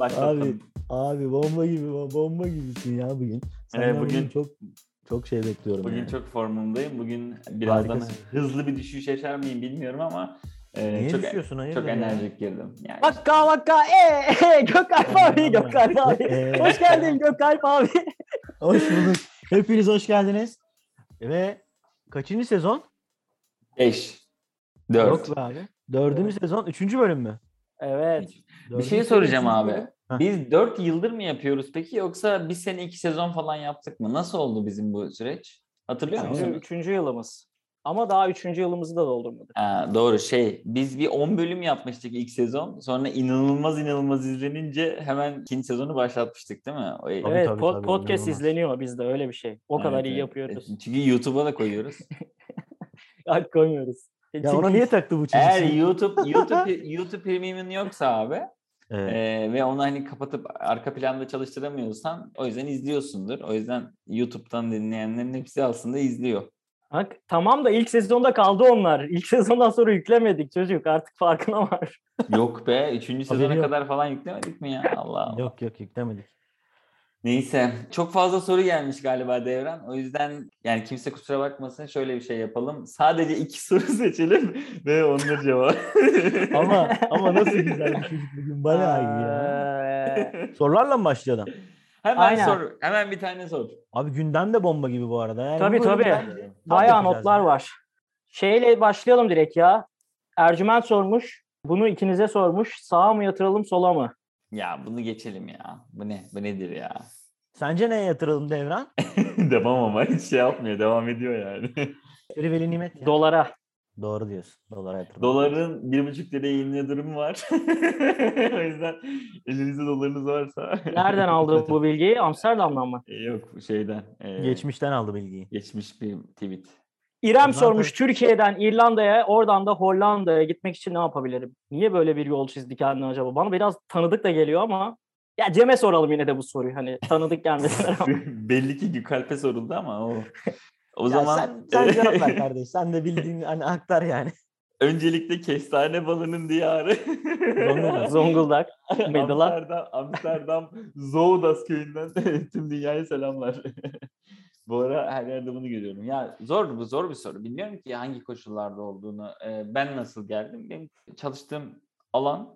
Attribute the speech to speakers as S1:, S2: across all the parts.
S1: Başlatalım.
S2: Abi abi bomba gibi bomba gibisin ya bugün. Senden
S1: Evet, bugün-
S2: çok çok şey bekliyorum.
S1: Bugün
S2: yani.
S1: çok formumdayım. Bugün birazdan
S2: Harikasın.
S1: hızlı bir düşüş yaşar mıyım bilmiyorum ama e,
S2: Niye
S1: çok
S2: düşüyorsun hayırdır?
S1: çok enerjik girdim. Yani
S3: Vakka vakka e e Gökalp abi Gökalp abi.
S2: Ee,
S3: Hoş geldin Gökalp abi.
S2: hoş bulduk. Hepiniz hoş geldiniz. Ve kaçıncı sezon?
S1: 5 4
S2: Yok be abi. Dördüncü sezon. Üçüncü bölüm mü?
S3: Evet.
S1: Bir
S2: Dördüncü
S1: şey
S2: sezon,
S1: soracağım
S2: üçüncü
S1: abi.
S2: bölüm. Heh.
S1: Biz 4 yıldır mı yapıyoruz peki yoksa bir sene 2 sezon falan yaptık mı? Nasıl oldu bizim bu süreç? Hatırlıyor
S2: Üçüncü-
S1: musun?
S3: Bizim üçüncü yılımız. Ama daha üçüncü yılımızı da doldurmadık.
S1: Ha, doğru şey biz bir 10 bölüm yapmıştık ilk sezon sonra inanılmaz inanılmaz izlenince hemen ikinci sezonu başlatmıştık değil mi? O-
S2: Tabii,
S3: evet
S2: tabii,
S3: pod-
S2: tabii,
S3: podcast
S2: inanılmaz.
S3: izleniyor bizde öyle bir şey. O kadar
S1: Evet,
S3: iyi
S1: evet.
S3: yapıyoruz.
S1: Çünkü YouTube'a da koyuyoruz.
S3: Hak koymuyoruz. E,
S2: Ya ona niye taktı bu çocuk?
S1: Eğer YouTube YouTube YouTube Premium'un yoksa abi
S2: Evet.
S1: e, ve onu hani kapatıp arka planda çalıştıramıyorsan o yüzden izliyorsundur. O yüzden YouTube'dan dinleyenlerin hepsi aslında izliyor.
S3: Hak, tamam da ilk sezonda kaldı onlar. İlk sezondan sonra yüklemedik çocuk. Artık farkına var.
S1: Yok be 3. sezona
S2: Haberi yok.
S1: kadar falan yüklemedik mi ya? Allah Allah.
S2: Yok yok yüklemedik.
S1: Neyse çok fazla soru gelmiş galiba Devran. O yüzden yani kimse kusura bakmasın şöyle bir şey yapalım. Sadece iki soru seçelim ve onları cevap.
S2: Ama ama nasıl güzel bir çocuk bugün bayağı iyi ya.
S3: Ee,
S2: Sorularla mı başlayalım?
S1: Hemen
S3: Aynen.
S1: sor. Hemen bir tane sor.
S2: Abi gündem de bomba gibi bu arada. Yani
S3: Tabii,
S2: bu bölüm
S3: tabii.
S2: bence-
S3: Bayağı
S2: Yapacağız
S3: notlar
S2: ya.
S3: var. Şeyle başlayalım direkt ya. Ercüment sormuş. Bunu ikinize sormuş. Sağa mı yatıralım sola mı?
S1: Ya bunu geçelim ya. Bu ne? Bu nedir ya?
S2: Sence neye yatıralım Devran?
S1: devam ama hiç şey yapmıyor. Devam ediyor yani.
S2: Veri veli nimet ya.
S3: Dolara.
S2: Doğru diyorsun. Dolara yatırım.
S1: Doların bir buçuk liraya inme durumu var. o yüzden elinizde dolarınız varsa.
S3: Nereden aldın bu bilgiyi? Amsterdam'dan mı?
S1: E, Yok bu şeyden. e,
S2: Geçmişten aldı bilgiyi.
S1: Geçmiş bir tweet.
S3: İrem
S2: Zaten-
S3: sormuş Türkiye'den İrlanda'ya, oradan da Hollanda'ya gitmek için ne yapabilirim? Niye böyle bir yol çizdi kendine acaba? Bana biraz tanıdık da geliyor ama ya Cem'e soralım yine de bu soruyu. Hani tanıdık gelmesine rağmen.
S1: Belli ki Gökalp'e soruldu ama o. O
S2: O
S1: zaman
S2: sen, sen cevap ver kardeş. Sen de bildiğin hani aktar yani.
S1: öncelikle kestane balının diyarı.
S2: Zonguldak.
S3: Zonguldak, Medela.
S1: Amsterdam, Amsterdam Zoudas köyünden tüm dünyaya selamlar. bu ara her yerde bunu görüyorum. Ya zor bu zor bir soru. Bilmiyorum ki hangi koşullarda olduğunu. Ee, ben nasıl geldim? Benim çalıştığım alan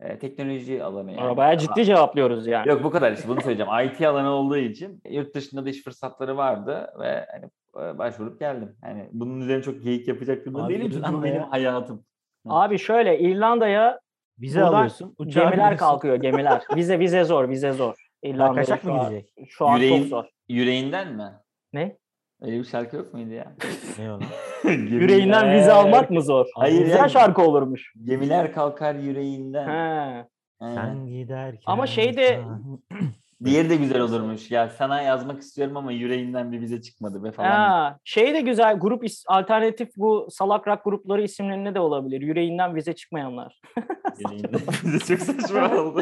S1: e, teknoloji alanı. Yani.
S3: Arabaya ciddi cevaplıyoruz yani.
S1: Yok bu kadar işte bunu söyleyeceğim. IT alanı olduğu için yurt dışında da iş fırsatları vardı ve hani e, başvurup geldim. Yani bunun üzerine çok geyik yapacak durumda
S2: Abi,
S1: değilim çünkü bu
S2: İrlanda
S1: benim
S2: ya.
S1: hayatım.
S3: Abi şöyle İrlanda'ya
S2: Vize
S3: Buradan
S2: alıyorsun. Uçağa
S3: gemiler
S2: biniyorsun.
S3: kalkıyor gemiler. Vize vize zor vize zor.
S2: Ha,
S3: İrlanda'ya
S2: Kaçak
S3: şu
S2: mı
S3: an-
S2: gidecek?
S3: Şu an
S1: Yüreğin-
S3: çok zor.
S1: Yüreğinden mi?
S3: Ne?
S1: Öyle bir şarkı yok muydu ya?
S2: Ne ona?
S1: Gemiler-
S3: Yüreğinden vize almak mı zor?
S1: Hayır
S3: Güzel
S1: yani.
S3: şarkı olurmuş.
S1: Gemiler kalkar yüreğinden.
S3: He.
S1: Aynen.
S2: Sen giderken.
S3: Ama şey de-
S2: sen-
S1: Diğeri de güzel olurmuş. Ya sana yazmak istiyorum ama yüreğinden bir vize çıkmadı be falan.
S3: Ha. Şey de güzel grup is- alternatif bu salak rock grupları isimlerinde de olabilir. Yüreğinden vize çıkmayanlar.
S1: Yüreğinden vize çok saçma oldu.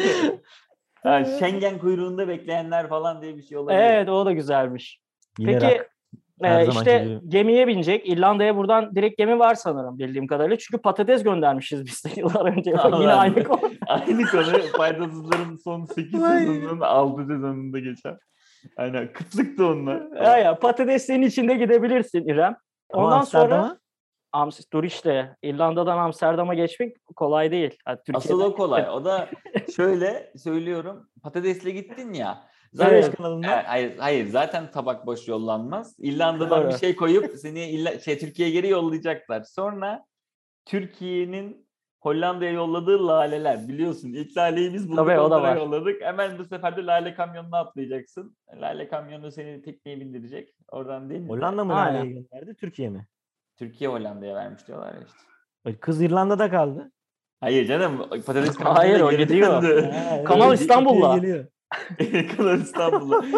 S1: Ha, Schengen kuyruğunda bekleyenler falan diye bir şey olabilir.
S3: Evet o da güzelmiş.
S2: Yine
S3: Peki
S2: rak.
S3: e,
S2: Her zamanki
S3: işte
S2: gibi.
S3: gemiye binecek. İrlanda'ya buradan direkt gemi var sanırım bildiğim kadarıyla. Çünkü patates göndermişiz biz de yıllar önce. Bak, Yine
S1: Allah.
S3: aynı konu.
S1: Aynı konu faydasızların son 8
S2: Ay.
S1: sezonunun 6 sezonunda geçen. Aynen kıtlıktı onlar.
S3: Ya ya patateslerin içinde gidebilirsin İrem.
S2: Ama
S3: Ondan sonra
S2: Amsterdam'a
S3: Amst dur işte İrlanda'dan Amsterdam'a geçmek kolay değil. Ha,
S1: Asıl
S3: Türkiye'den-
S1: o kolay. O da şöyle söylüyorum. Patatesle gittin ya. Zaten
S2: Zareş
S3: Evet.
S2: kanalında
S1: Ha, hayır, hayır zaten tabak boş yollanmaz. İrlanda'dan bir
S3: Doğru.
S1: şey koyup seni illa, şey, Türkiye'ye geri yollayacaklar. Sonra Türkiye'nin Hollanda'ya yolladığı laleler biliyorsun. İlk laleyi biz bulduk
S3: Tabii, o da
S1: onlara
S3: var.
S1: yolladık. Hemen bu sefer de lale kamyonuna atlayacaksın. Lale kamyonu seni tekneye bindirecek. Oradan değil mi?
S2: Hollanda mı
S3: Aynen.
S2: nereye gönderdi? Türkiye mi?
S1: Türkiye Hollanda'ya vermiş diyorlar ya işte.
S2: Ay, Kız İrlanda'da kaldı.
S1: Hayır canım patates kamyonu
S3: Hayır,
S1: da
S3: o
S1: geri
S3: gidiyor.
S1: döndü.
S2: Ha,
S3: Kanal
S2: evet,
S3: İstanbul'la.
S2: Türkiye Ee, geliyor.
S1: Kanal İstanbul'a.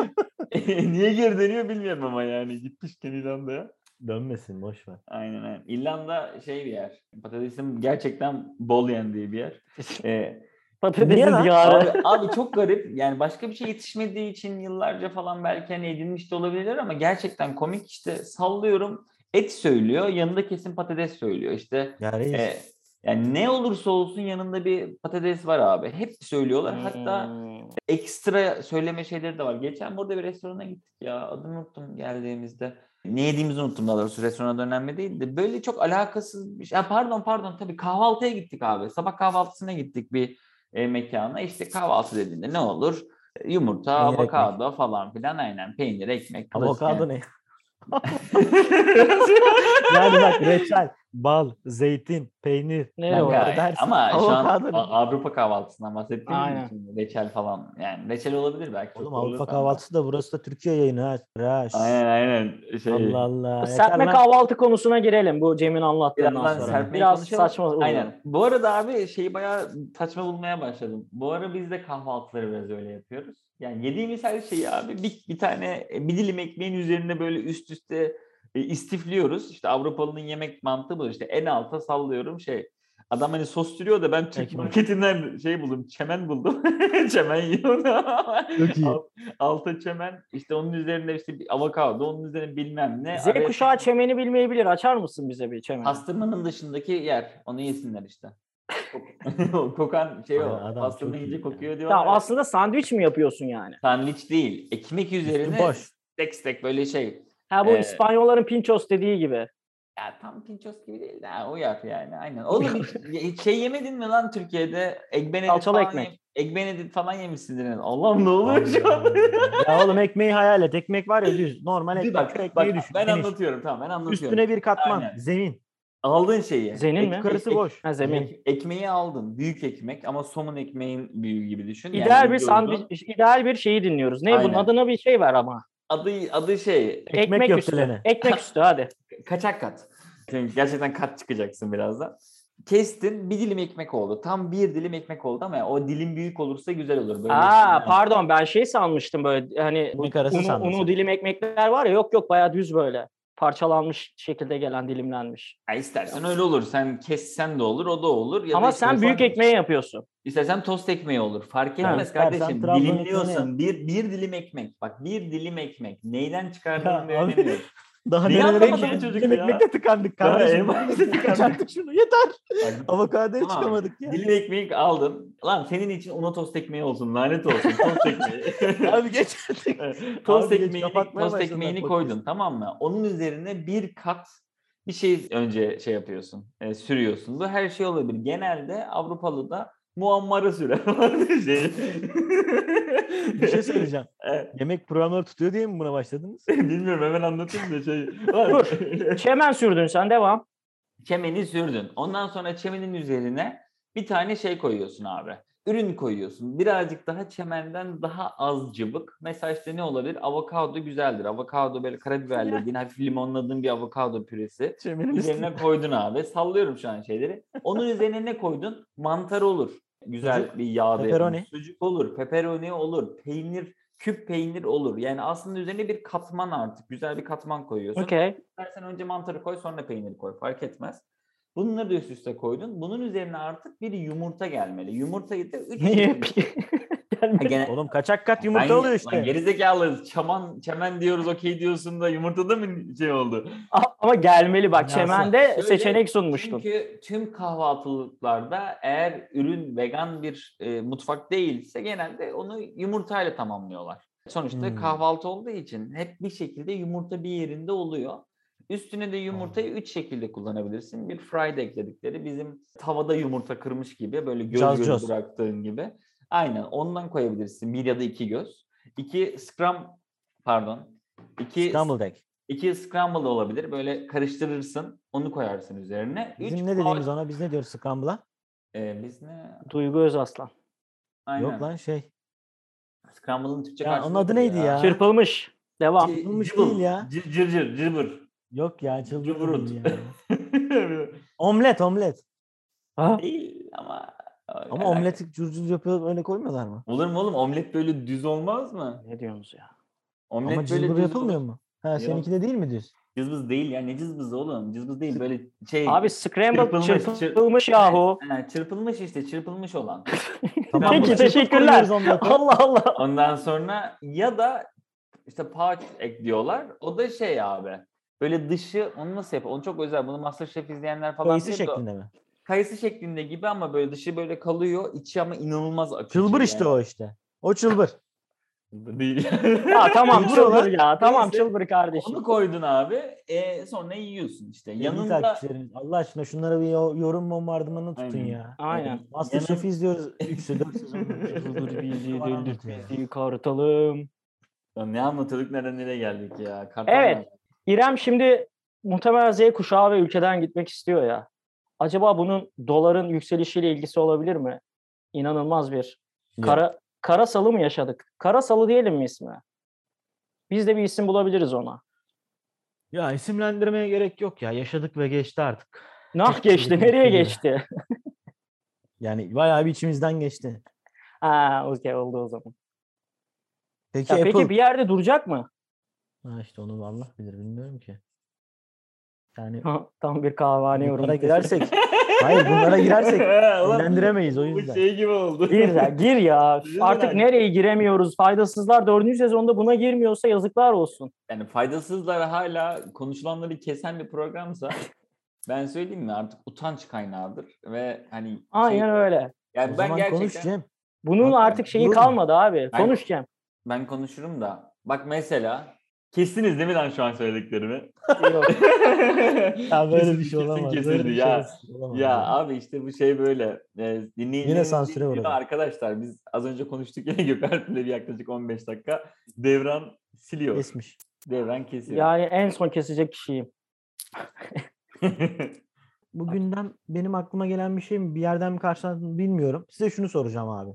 S1: E, Niye geri dönüyor bilmiyorum ama yani gitmişken İrlanda'ya.
S2: Dönmesin boş ver.
S1: Aynen aynen. İrlanda şey bir yer. Patatesin gerçekten bol yendiği bir yer. Ee,
S2: Niye
S3: Patatesin
S2: lan?
S3: diyarı.
S1: abi, abi çok garip. Yani başka bir şey yetişmediği için yıllarca falan belki hani edinmiş de olabilirler ama gerçekten komik işte sallıyorum et söylüyor. Yanında kesin patates söylüyor. İşte
S2: Ya reis.
S1: e, Yani ne olursa olsun yanında bir patates var abi. Hep söylüyorlar. Hatta
S3: Hmm.
S1: ekstra söyleme şeyleri de var. Geçen burada bir restorana gittik ya. Adını unuttum geldiğimizde. Ne yediğimizi unuttum daha doğrusu. Restorana da önemli değildi. Böyle çok alakasız bir şey. Ha, pardon pardon tabii kahvaltıya gittik abi. Sabah kahvaltısına gittik bir e, mekana. İşte kahvaltı dediğinde ne olur? E, Yumurta,
S2: Peynir,
S1: avokado falan filan aynen. Peynir, ekmek. klasik
S2: Avokado
S1: yani.
S2: ne? Yani bak reçel, bal, zeytin, peynir.
S3: Ne
S2: Yani
S3: o?
S1: Kanka,
S2: dersin,
S1: ama şu an
S2: avokado ne?
S1: A- Avrupa kahvaltısından bahsettiğim
S3: Aynen.
S1: için reçel falan. Yani reçel olabilir belki. çok
S2: Oğlum
S1: doğru
S2: Avrupa
S1: sanmam.
S2: kahvaltısı da burası da Türkiye yayını ha. Raş.
S1: Aynen aynen. Şey,
S2: Allah Allah. yeter
S3: Serpme
S2: lan.
S3: kahvaltı konusına girelim bu Cem'in anlattığından
S1: Birazdan
S3: sonra.
S1: serpmeyi
S3: Biraz
S1: konuşalım.
S3: saçma. oldu.
S1: Aynen. Bu arada abi şeyi bayağı saçma bulmaya başladım. Bu ara biz de kahvaltıları biraz öyle yapıyoruz. Yani yediğimiz her şeyi abi bir, bir tane e, bir dilim ekmeğin üzerine böyle üst üste e, istifliyoruz. İşte Avrupalı'nın yemek mantığı bu. İşte en alta sallıyorum şey. Adam hani sos sürüyor da ben Türk
S2: Ekmek.
S1: marketinden şey buldum. Çemen buldum. çemen yiyor.
S2: Çok iyi.
S1: Al- Alta çemen işte onun üzerine işte bir avokado onun üzerine bilmem ne.
S3: Z
S1: Araya-
S3: kuşağı çemeni bilmeyebilir. Açar mısın bize bir çemeni?
S1: Pastırmanın dışındaki yer. Onu yesinler işte. O Kokan şey o.
S2: Ay, adam
S1: Pastırma
S2: çok iyi
S1: ince
S2: ya.
S1: kokuyor diyorlar.
S3: Tamam
S1: ya.
S3: aslında sandviç mi yapıyorsun yani?
S1: Sandviç değil. Ekmek üzerine
S2: boş.
S1: tek tek böyle şey.
S3: Ha bu
S1: Ee,
S3: İspanyolların pinchos dediği gibi.
S1: Ya tam pinços gibi değil de ha, uyar yani aynen. Oğlum hiç- hiç şey yemedin mi lan Türkiye'de? Egbenedit
S3: Salçalı
S1: falan
S3: ekmek.
S1: Yem, Egbenedit falan yemişsindir. herhalde. Allah'ım ne oluyor şu an?
S2: ya oğlum ekmeği hayal et. Ekmek var ya düz. Normal
S1: Bir
S2: ekmek.
S1: bak, bak,
S2: Şu Hani ekmeği düşün.
S1: ben
S2: geniş.
S1: anlatıyorum tamam ben anlatıyorum.
S2: Üstüne bir katman.
S1: Aynen.
S2: Zemin.
S1: Aldın şeyi.
S3: Zenin mi?
S2: Yukarısı
S1: ek-
S2: boş.
S3: Ha zemin.
S1: Ek- ekmeği aldın. Büyük ekmek ama somun ekmeğin büyüğü gibi düşün. Yani
S3: İdeal bir
S1: ince uzun.
S3: sandviç, ideal bir şeyi dinliyoruz. Ne bunun
S1: Aynen.
S3: adına bir şey ver ama.
S1: Adı, adı şey
S2: Ekmek
S3: üstü.
S2: köfteleri.
S3: Ekmek üstü hadi.
S1: kaçak kat. Çünkü gerçekten kat çıkacaksın birazdan. Kestin bir dilim ekmek oldu. Tam bir dilim ekmek oldu ama o dilim büyük olursa güzel olur. Böyle
S3: Aa pardon ben şey sanmıştım böyle hani
S2: Ekmek arası
S3: unu,
S2: sandım.
S3: unu dilim ekmekler var ya yok yok bayağı düz böyle. Parçalanmış şekilde gelen dilimlenmiş.
S1: Ya istersen öyle olur. Sen kessen de olur o da olur. Ya da
S3: Ama
S1: işte
S3: sen büyük
S1: fark-
S3: ekmeği yapıyorsun.
S1: İstersen tost ekmeği olur. Fark
S2: Ha,
S1: etmez
S2: istersen
S1: kardeşim.
S2: Trabzon
S1: Dilimliyorsan bir, bir dilim ekmek. Bak bir dilim ekmek. Neyden çıkardığının bir
S2: Ya abi,
S1: önemi yok.
S2: Daha
S1: Niye
S2: nerelere
S1: anlamadı bu
S2: gideceğiz?
S1: çocuk
S2: Bizim
S1: ya?
S2: ekmekte tıkandık
S1: Daha
S2: kardeşim.
S1: elma ekmekte tıkandık.
S2: Tıkandık şunu yeter.
S1: Bak,
S2: Avokadoya
S1: Tamam.
S2: çıkamadık ya.
S1: Dilim ekmeği aldın. Lan senin için ona tost ekmeği olsun. Lanet olsun. Tost ekmeği.
S2: Abi geçerdik.
S1: tost
S2: Abi geç,
S1: ekmeğini,
S2: kapatmaya
S1: tost
S2: başladım ben
S1: ekmeğini
S2: podcast'ı.
S1: koydun tamam mı? Onun üzerine bir kat bir şey önce şey yapıyorsun, e, sürüyorsun. Bu her şey olabilir. Genelde Avrupalı da muammara sürer. şey.
S2: Bir şey söyleyeceğim.
S1: Evet.
S2: Yemek programları tutuyor diye mi buna başladınız?
S1: Bilmiyorum hemen anlatayım da şey.
S3: Çemen sürdün sen devam.
S1: Çemeni sürdün. Ondan sonra çemenin üzerine bir tane şey koyuyorsun abi. Ürün koyuyorsun. Birazcık daha çemenden daha az cıvık. Mesela işte ne olabilir? Avokado güzeldir. Avokado böyle karabiberlediğin, hafif limonladığın bir avokado püresi.
S2: Çemenin üstüne.
S1: Üzerine koydun abi. Sallıyorum şu an şeyleri. Onun üzerine ne koydun? Mantar olur. Güzel
S2: Sucuk,
S1: bir yağda
S2: pepperoni.
S1: yapılmış. Sucuk olur. Pepperoni olur. Peynir, küp peynir olur. Yani aslında üzerine bir katman artık. Güzel bir katman koyuyorsun.
S3: Okey.
S1: İstersen önce mantarı koy sonra peyniri koy. Fark etmez. Bunları da üst üste koydun. Bunun üzerine artık bir yumurta gelmeli. Yumurtayı da üç
S3: Niye?
S1: Ha, gene-
S2: Oğlum kaçak kat yumurta
S1: Ben-
S2: oluyor
S1: Lan
S2: işte.
S1: gerizekalı çaman, çemen diyoruz okey diyorsun da yumurtada mı şey oldu?
S3: A- Ama gelmeli bak
S2: Nasıl?
S3: çemende
S1: Şöyle,
S3: seçenek sunmuştun.
S1: Çünkü tüm kahvaltılıklarda eğer ürün vegan bir e, mutfak değilse genelde onu yumurtayla tamamlıyorlar. Sonuçta
S2: Hmm.
S1: kahvaltı olduğu için hep bir şekilde yumurta bir yerinde oluyor. Üstüne de yumurtayı üç şekilde kullanabilirsin. Bir fried ekledikleri bizim tavada yumurta kırmış gibi böyle göz
S2: Caz
S1: göz
S2: caz.
S1: bıraktığın gibi. Aynen ondan koyabilirsin bir ya da iki göz. İki scrum pardon. İki
S2: Scrambled egg.
S1: İki scramble olabilir. Böyle karıştırırsın. Onu koyarsın üzerine. Üç,
S2: Bizim ne dediğimiz ona? Biz ne diyoruz scramble'a?
S1: Ee, biz ne?
S3: Duygu Özaslan.
S1: Aynen.
S2: Yok lan şey.
S1: Scramble'ın Türkçe
S2: Ya
S1: karşılığı Şey,
S2: onun adı
S1: nedir
S2: neydi ya?
S3: Çırpılmış. Devam.
S1: Ci-
S2: Yapılmış
S1: cıbıl.
S2: değil ya.
S1: Cır cır cır cıbır.
S2: Yok ya
S1: Cumhurut.
S2: çıldırdım ya. Omlet omlet.
S3: Ha?
S1: değil ama.
S2: Ama omleti curcul yapıyor öyle koymuyorlar mı?
S1: Olur mu oğlum? Omlet böyle düz olmaz mı?
S3: Ne diyorsunuz ya?
S1: Omlet
S2: Ama
S1: böyle
S2: cılbır yapılmıyor mu? Ha
S1: Yok.
S2: seninki de değil mi düz?
S1: Cızbız değil ya. Ne cızbız oğlum? Cızbız değil. Böyle şey.
S3: Abi scramble
S1: Çırpılmış,
S3: çırpılmış,
S1: çırp-
S3: yahu.
S1: Ha, çırpılmış işte. Çırpılmış olan.
S2: Tamam,
S1: Peki,
S2: bu çırpıt
S3: teşekkürler.
S2: koyuyoruz omlete.
S3: Allah Allah.
S1: Ondan sonra ya da işte pouch ekliyorlar. O da şey abi. Böyle dışı onu nasıl yapıyor? Onu çok özel. Bunu Masterchef izleyenler falan
S2: Kayısı
S1: bilir de o-
S2: şeklinde mi?
S1: kayısı şeklinde gibi ama böyle dışı böyle kalıyor. içi ama inanılmaz akıcı.
S2: Çılbır
S1: yani.
S2: işte o işte. O çılbır.
S1: Değil.
S3: Ya tamam
S2: Çılbır olan-
S3: çılbır ya. Tamam
S1: Neyse.
S3: çılbır kardeşim.
S1: Onu koydun abi. E, sonra yiyorsun işte.
S2: Yanında...
S1: Yanında
S2: takipçilerimiz. Allah aşkına şunlara bir yo- yorum bombardımanı tutun
S1: Aynen.
S2: ya.
S3: Aynen.
S2: Masterchef izliyoruz. 3'sü 4
S3: Çılbır bizi
S2: sezon.
S3: döndür bizi kartalım.
S1: Ya ne anlatıyorduk nereden nereye geldik ya. Kartal
S3: Evet.
S1: ya.
S3: İrem şimdi muhtemelen Z kuşağı ve ülkeden gitmek istiyor ya. Acaba bunun doların yükselişiyle ilgisi olabilir mi? İnanılmaz bir. Kara, Karasalı mı yaşadık? Karasalı diyelim mi ismi? Biz de bir isim bulabiliriz ona.
S2: Ya isimlendirmeye gerek yok ya. Yaşadık ve geçti artık.
S3: Nah geçti. Nereye geçti?
S2: Yani bayağı bir içimizden geçti.
S3: Ha, okey oldu o zaman.
S2: Peki
S3: Ya
S2: Apple.
S3: peki bir yerde duracak mı?
S2: Ha işte onu Allah bilir bilmiyorum ki. Yani
S3: Tam bir kahvehane
S2: bunlara
S3: yorumu.
S2: girersek. Hayır bunlara girersek
S1: Ulan
S2: isimlendiremeyiz o
S1: bu
S2: yüzden.
S1: şey gibi oldu.
S3: Gir ya, gir ya.
S1: Üzülme
S3: Artık
S1: abi.
S3: nereye giremiyoruz? Faydasızlar dördüncü sezonda buna girmiyorsa yazıklar olsun.
S1: Yani faydasızlar hala konuşulanları kesen bir programsa ben söyleyeyim mi artık utanç kaynağıdır ve hani şey-
S3: Aynen öyle.
S1: yani
S2: o
S1: ben
S2: zaman
S1: gerçekten
S2: konuş Cem.
S3: Bunun
S2: Hatta
S3: artık şeyi
S2: dur.
S3: kalmadı abi. Konuş Cem.
S1: ben konuşurum da bak mesela kestiniz değil mi lan şu an söylediklerimi?
S3: Yok.
S2: Ya böyle
S1: Kesin-
S2: bir şey
S1: kesin
S2: olamaz.
S1: kesildi
S2: Böyle bir şey
S1: ya.
S2: olamaz.
S1: Ya abi işte bu şey böyle. E, dinleyicilerimiz
S2: sansüre
S1: bilmiyor
S2: uğradı.
S1: Arkadaşlar biz az önce konuştuk yine Gökhan'la bir yaklaşık 15 dakika. Devran siliyor.
S2: Kesmiş.
S1: Devran kesiyor.
S3: Yani en son kesecek kişiyim.
S2: Bugünden benim aklıma gelen bir şey mi? Bir yerden mi karşılandım bilmiyorum. Size şunu soracağım abi.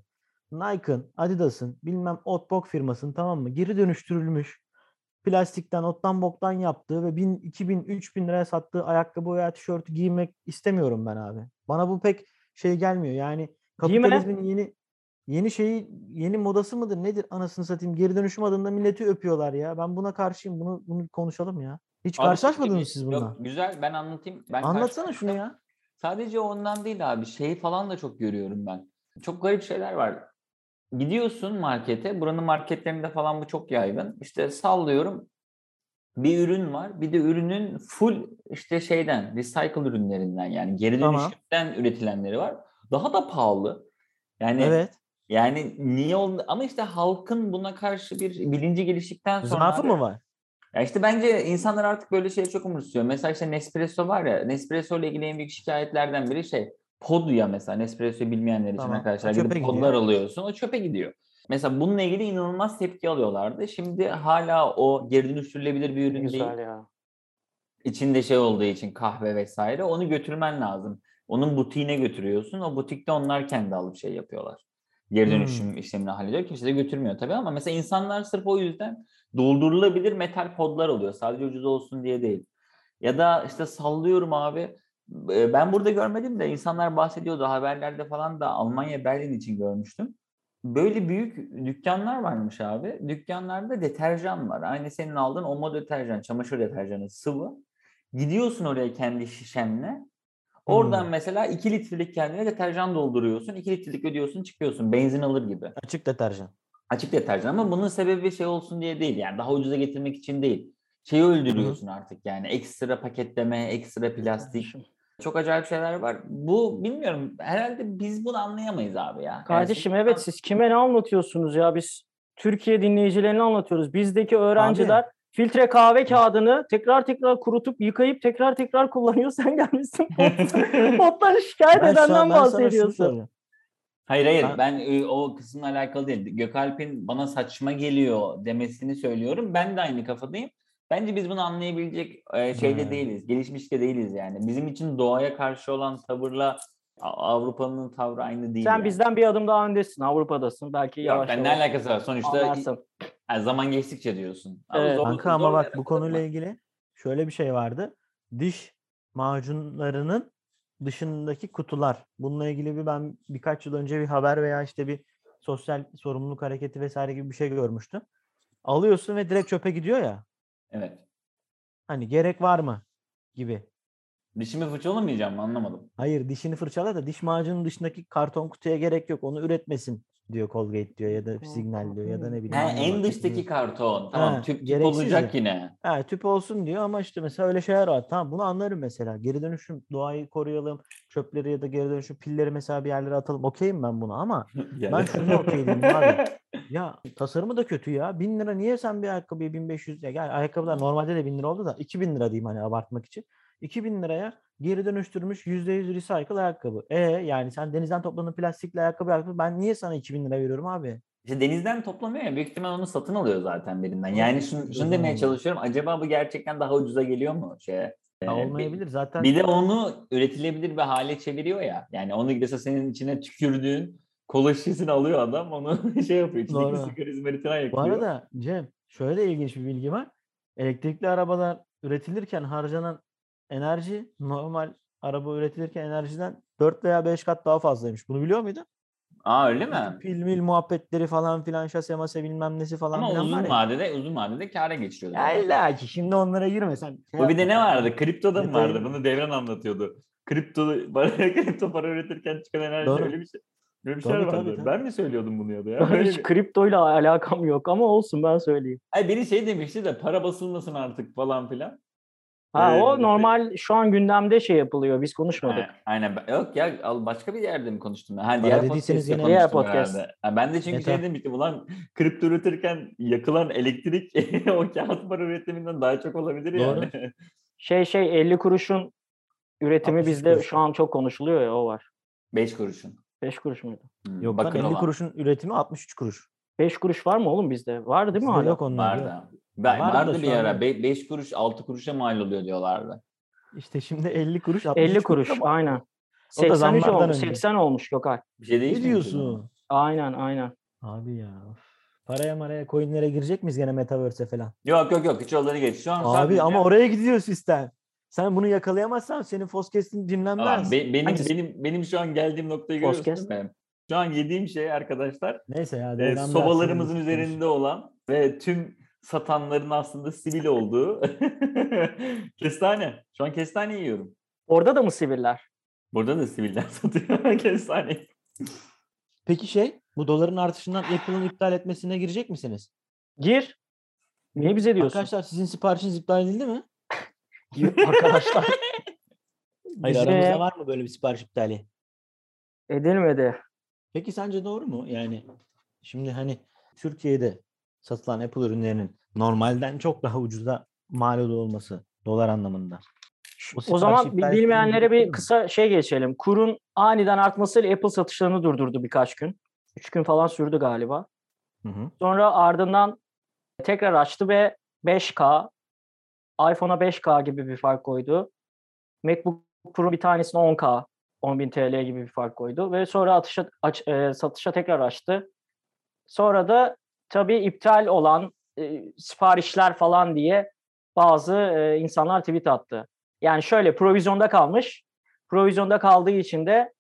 S2: Nike'ın, Adidas'ın, bilmem Otbok firmasının tamam mı? Geri dönüştürülmüş plastikten, ottan boktan yaptığı ve 1000, 2000, 3000 liraya sattığı ayakkabı veya tişörtü giymek istemiyorum ben abi. Bana bu pek şey gelmiyor. Yani
S3: Giyme.
S2: kapitalizmin yeni yeni şeyi, yeni modası mıdır nedir anasını satayım? Geri dönüşüm adında milleti öpüyorlar ya. Ben buna karşıyım. Bunu bunu konuşalım ya. Hiç
S1: Abi,
S2: karşılaşmadınız
S1: peki,
S2: siz
S1: yok,
S2: bununla?
S1: güzel ben anlatayım. Ben
S2: Anlatsana
S1: karşılaştım.
S2: şunu ya.
S1: Sadece ondan değil abi şeyi falan da çok görüyorum ben. Çok garip şeyler var. Gidiyorsun markete, buranın marketlerinde falan bu çok yaygın. İşte sallıyorum bir ürün var. Bir de ürünün full işte şeyden, recycle ürünlerinden yani geri
S2: Tamam.
S1: dönüşümden üretilenleri var. Daha da pahalı. Yani
S2: Evet.
S1: yani niye oldu? Ama işte halkın buna karşı bir bilinci geliştikten sonra
S2: Zaafı
S1: abi-
S2: mı var?
S1: ya işte bence insanlar artık böyle şeyi çok umursuyor. Mesela işte Nespresso var ya, Nespresso ile ilgili en büyük şikayetlerden biri şey, pod ya mesela Nespresso'yu bilmeyenler için
S2: Tamam.
S1: arkadaşlar
S2: O
S1: gidip
S2: çöpe
S1: podlar
S2: gidiyor.
S1: alıyorsun, o çöpe gidiyor. Mesela bununla ilgili inanılmaz tepki alıyorlardı. Şimdi hala o geri dönüştürülebilir bir ürün değil.
S3: Güzel ya.
S1: İçinde şey olduğu için kahve vesaire onu götürmen lazım. Onun butiğine götürüyorsun. O butikte onlar kendi alıp şey yapıyorlar. Geri
S2: Hmm.
S1: dönüşüm işlemini hallediyor. Kimse de götürmüyor tabii ama mesela insanlar sırf o yüzden doldurulabilir metal podlar oluyor. Sadece ucuz olsun diye değil. Ya da işte sallıyorum abi. e, Ben burada görmedim de insanlar bahsediyordu haberlerde falan da Almanya Berlin için görmüştüm. Böyle büyük dükkanlar varmış abi. Dükkanlarda deterjan var. Aynı senin aldığın Omo deterjan, çamaşır deterjanı sıvı. Gidiyorsun oraya kendi şişenle. Oradan
S2: Hmm.
S1: mesela 2 litrelik kendine deterjan dolduruyorsun. 2 litrelik ödüyorsun çıkıyorsun. Benzin alır gibi.
S2: Açık deterjan.
S1: Açık deterjan ama bunun sebebi şey olsun diye değil. Yani daha ucuza getirmek için değil. Şeyi öldürüyorsun artık yani. Ekstra paketleme, ekstra plastik. Çok acayip şeyler var. Bu bilmiyorum. Herhalde biz bunu anlayamayız abi ya. Yani
S3: Kardeşim
S1: siz-
S3: evet siz kime ne anlatıyorsunuz ya? Biz Türkiye dinleyicilerine anlatıyoruz. Bizdeki öğrenciler filtre kahve kağıdını tekrar tekrar kurutup yıkayıp tekrar tekrar kullanıyor. Sen gelmişsin pottan şikayet
S2: Ben, şu
S3: edenden
S2: an, ben sana şunu
S3: bahsediyorsun.
S2: soracağım.
S1: Hayır hayır
S2: Ha.
S1: ben e, o kısımla alakalı değil. Gökalp'in bana saçma geliyor demesini söylüyorum. Ben de aynı kafadayım. Bence biz bunu anlayabilecek e, şeyde
S2: Ha.
S1: değiliz. Gelişmiş de değiliz yani. Bizim için doğaya karşı olan tavırla A- Avrupa'nın tavrı aynı değil.
S3: Sen
S1: yani.
S3: bizden bir adım daha öndesin. Avrupa'dasın. Belki
S1: Yok,
S3: yavaş
S1: ben ne
S3: yavaş
S1: alakası var? Sonuçta
S3: anlarsın.
S1: yani zaman geçtikçe diyorsun. Ama
S3: Evet.
S1: zor-
S2: Kanka ama
S1: zor
S2: bak bu
S1: yaratılır
S2: konuyla
S1: mı?
S2: ilgili şöyle bir şey vardı. Diş macunlarının dışındaki kutular. Bununla ilgili bir ben birkaç yıl önce bir haber veya işte bir sosyal sorumluluk hareketi vesaire gibi bir şey görmüştüm. Alıyorsun ve direkt çöpe gidiyor ya.
S1: Evet.
S2: Hani gerek var mı gibi.
S1: Dişimi fırçalamayacağım mı anlamadım.
S2: Hayır dişini fırçala da diş macunun dışındaki karton kutuya gerek yok. Onu üretmesin diyor Colgate diyor ya da Signal diyor ya da ne bileyim.
S1: Ha,
S2: ne
S1: en
S2: marka
S1: dıştaki
S2: diyor.
S1: karton. Tamam
S2: Ha,
S1: tüp, tüp
S2: gereksiz
S1: olacak
S2: ya.
S1: yine.
S2: Ha, tüp olsun diyor ama işte mesela öyle şeyler var. Tamam bunu anlarım mesela. Geri dönüşüm doğayı koruyalım. Çöpleri ya da geri dönüşüm pilleri mesela bir yerlere atalım. Okeyim ben buna ama
S1: Yani-
S2: şuna okey diyeyim abi. ya tasarımı da kötü ya. 1000 lira niye sen bir ayakkabıya 1500 ya gel ayakkabılar normalde de 1000 lira oldu da 2000 lira diyeyim hani abartmak için. 2000 liraya geri dönüştürmüş %100 recycle ayakkabı. E yani sen denizden topladığın plastikli ayakkabı ayakkabı ben niye sana 2000 lira veriyorum abi?
S1: İşte denizden toplamıyor ya büyük ihtimal onu satın alıyor zaten birinden. Yani şunu, şunu demeye
S2: Aynen.
S1: çalışıyorum. Acaba bu gerçekten daha ucuza geliyor mu şeye?
S2: Ya
S1: Ee, bir-
S2: olmayabilir zaten.
S1: Bir de onu üretilebilir bir hale çeviriyor ya. Yani onu gidese senin içine tükürdüğün kola şişesini alıyor adam onu şey yapıyor. İçindeki
S2: Doğru.
S1: sigara izmaritini yakıyor.
S2: Bu arada Cem şöyle de ilginç bir bilgi var. Elektrikli arabalar üretilirken harcanan enerji normal araba üretilirken enerjiden 4 veya 5 kat daha fazlaymış. Bunu biliyor muydun?
S1: Aa öyle mi?
S2: Pil mil muhabbetleri falan filan şase mase bilmem nesi falan
S1: Ama
S2: filan var
S1: uzun
S2: ya.
S1: vadede uzun vadede kâra geçiriyor.
S2: Ya illa ki şimdi onlara girmesen.
S1: Bu bir de ne vardı? Kriptoda mı
S2: Detayı-
S1: vardı? Bunu Devran anlatıyordu. Kripto para, kripto para üretirken çıkan enerji
S2: Doğru.
S1: öyle bir şey. Böyle bir
S2: Tabii,
S1: şeyler
S2: tabii,
S1: vardı.
S2: tabii.
S1: Ben mi söylüyordum bunu ya da ya? Böyle
S3: Hiç
S1: bir-
S3: kriptoyla alakam yok ama olsun ben söyleyeyim.
S1: Ay biri şey demişti de para basılmasın artık falan filan.
S3: Ha
S1: Ee,
S3: o normal şu an gündemde şey yapılıyor. Biz konuşmadık.
S1: Ha, Aynen. Ben- Yok ya al başka bir yerde mi konuştum? ben? Ha,
S2: Bana
S1: diğer
S2: dediyseniz
S1: podcast'te
S2: yine-
S1: konuştum
S3: Diğer podcast.
S1: herhalde. Ha, ben de çünkü şey
S2: Yeter.
S1: demiştim ulan kripto üretirken yakılan elektrik o kağıt para üretiminden daha çok olabilir
S2: Doğru.
S1: yani.
S3: Şey şey 50 kuruşun üretimi
S2: 60
S3: bizde
S2: kuruş.
S3: şu an çok konuşuluyor ya o var.
S1: 5 kuruşun.
S3: 5 kuruş muydu?
S1: Hmm,
S2: Yok lan
S1: bakın
S2: 50
S1: olan.
S2: kuruşun üretimi 63 kuruş.
S3: 5 kuruş var mı oğlum bizde? Var değil mi
S2: Bizde
S3: hala?
S2: Yok onlar.
S1: Vardı.
S2: yok.
S1: Ben,
S2: Vardı da
S1: vardı
S2: şu
S1: bir
S2: an
S1: ara.
S2: yok.
S1: 5 kuruş 6 kuruşa mal oluyor diyorlardı.
S2: İşte şimdi 50 kuruş 63
S3: 50 kuruş
S2: ama
S3: aynen.
S2: O da
S3: 83
S2: zamlardan
S3: olmuş,
S2: önce.
S3: 80 olmuş Gökay.
S1: Bir şey
S2: Ne
S1: değişti mi şimdi?
S2: diyorsun?
S3: Aynen aynen.
S2: Abi ya. of. Paraya maraya coinlere girecek miyiz gene Metaverse'e falan?
S1: Yok yok yok. Hiç oraları geç. Şu an
S2: Abi
S1: sadece-
S2: ama oraya gidiyor sistem. Sen bunu yakalayamazsan senin podcast'in dinlenmez.
S1: Aa, be- benim,
S2: Hangisi?
S1: benim, benim şu an geldiğim noktayı
S3: Podcast.
S1: görüyorsunuz. değil mi? Şu an yediğim şey arkadaşlar
S2: Neyse ya.
S1: e,
S2: devran
S1: sobalarımızın
S2: biraz sinirli
S1: üzerinde olan ve tüm satanların aslında sivil olduğu kestane. Şu an kestane yiyorum.
S3: Orada da mı siviller?
S1: Burada da siviller satıyor kestane.
S2: Peki şey bu doların artışından Apple'ın iptal etmesine girecek misiniz?
S3: Gir. Niye bize diyorsun?
S2: Arkadaşlar sizin siparişiniz iptal edildi mi?
S3: Gir Arkadaşlar.
S2: Hayır
S3: Bize
S2: aramızda var mı böyle bir sipariş iptali?
S3: edilmedi.
S2: Peki sence doğru mu? Yani şimdi hani Türkiye'de satılan Apple ürünlerinin normalden çok daha ucuza mal olması dolar anlamında.
S3: O
S2: sipariş
S3: zaman bi-
S2: iptal ettiğini
S3: bilmeyenlere
S2: biliyor
S3: bir
S2: musun?
S3: kısa şey geçelim. Kurun aniden artmasıyla Apple satışlarını durdurdu birkaç gün. 3 gün falan sürdü galiba.
S2: Hı hı.
S3: Sonra ardından tekrar açtı ve 5K iPhone'a 5K gibi bir fark koydu. MacBook Pro bir tanesine 10K 10.000 TL gibi bir fark koydu ve sonra atışa, aç- e, satışa tekrar açtı. Sonra da tabii iptal olan e, siparişler falan diye bazı e, insanlar tweet attı. Yani şöyle provizyonda kalmış. Provizyonda kaldığı için de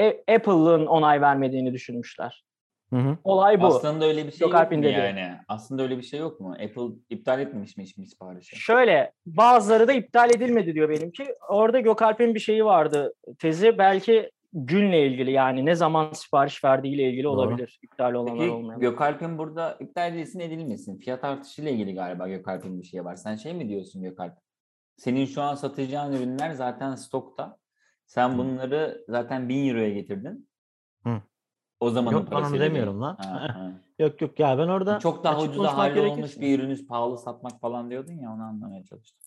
S3: e- Apple'ın onay vermediğini düşünmüşler.
S2: Hı hı.
S3: Olay bu.
S1: Aslında öyle bir şey
S3: Yok
S1: yok,
S3: Alp'in
S1: mu
S3: dediği.
S1: yani? Aslında öyle bir şey yok mu? Apple iptal etmiş mi hiçbir siparişi?
S3: Şöyle bazıları da iptal edilmedi diyor benimki. Orada Gökalp'in bir şeyi vardı tezi. Belki günle ilgili yani ne zaman sipariş verdiğiyle ilgili
S2: Doğru.
S3: olabilir. İptal olanlar
S1: Peki
S3: olmayan.
S1: Gökalp'in burada iptal edilsin edilmesin. Fiyat artışıyla ilgili galiba Gökalp'in bir şey var. Sen şey mi diyorsun Gökalp? Senin şu an satacağın ürünler zaten stokta. Sen
S2: Hı.
S1: bunları zaten 1000 euroya getirdin.
S2: Hı.
S1: O zamanın
S2: Yok, ben onu
S1: parasıyla değil.
S2: demiyorum lan.
S1: Ha, ha.
S2: Yok yok ya ben orada
S1: Çok daha
S2: açık
S1: ucuza hal
S2: konuşmak
S1: olmuş
S2: gerekirse-
S1: bir ürünü pahalı satmak falan diyordun ya onu anlamaya çalıştım.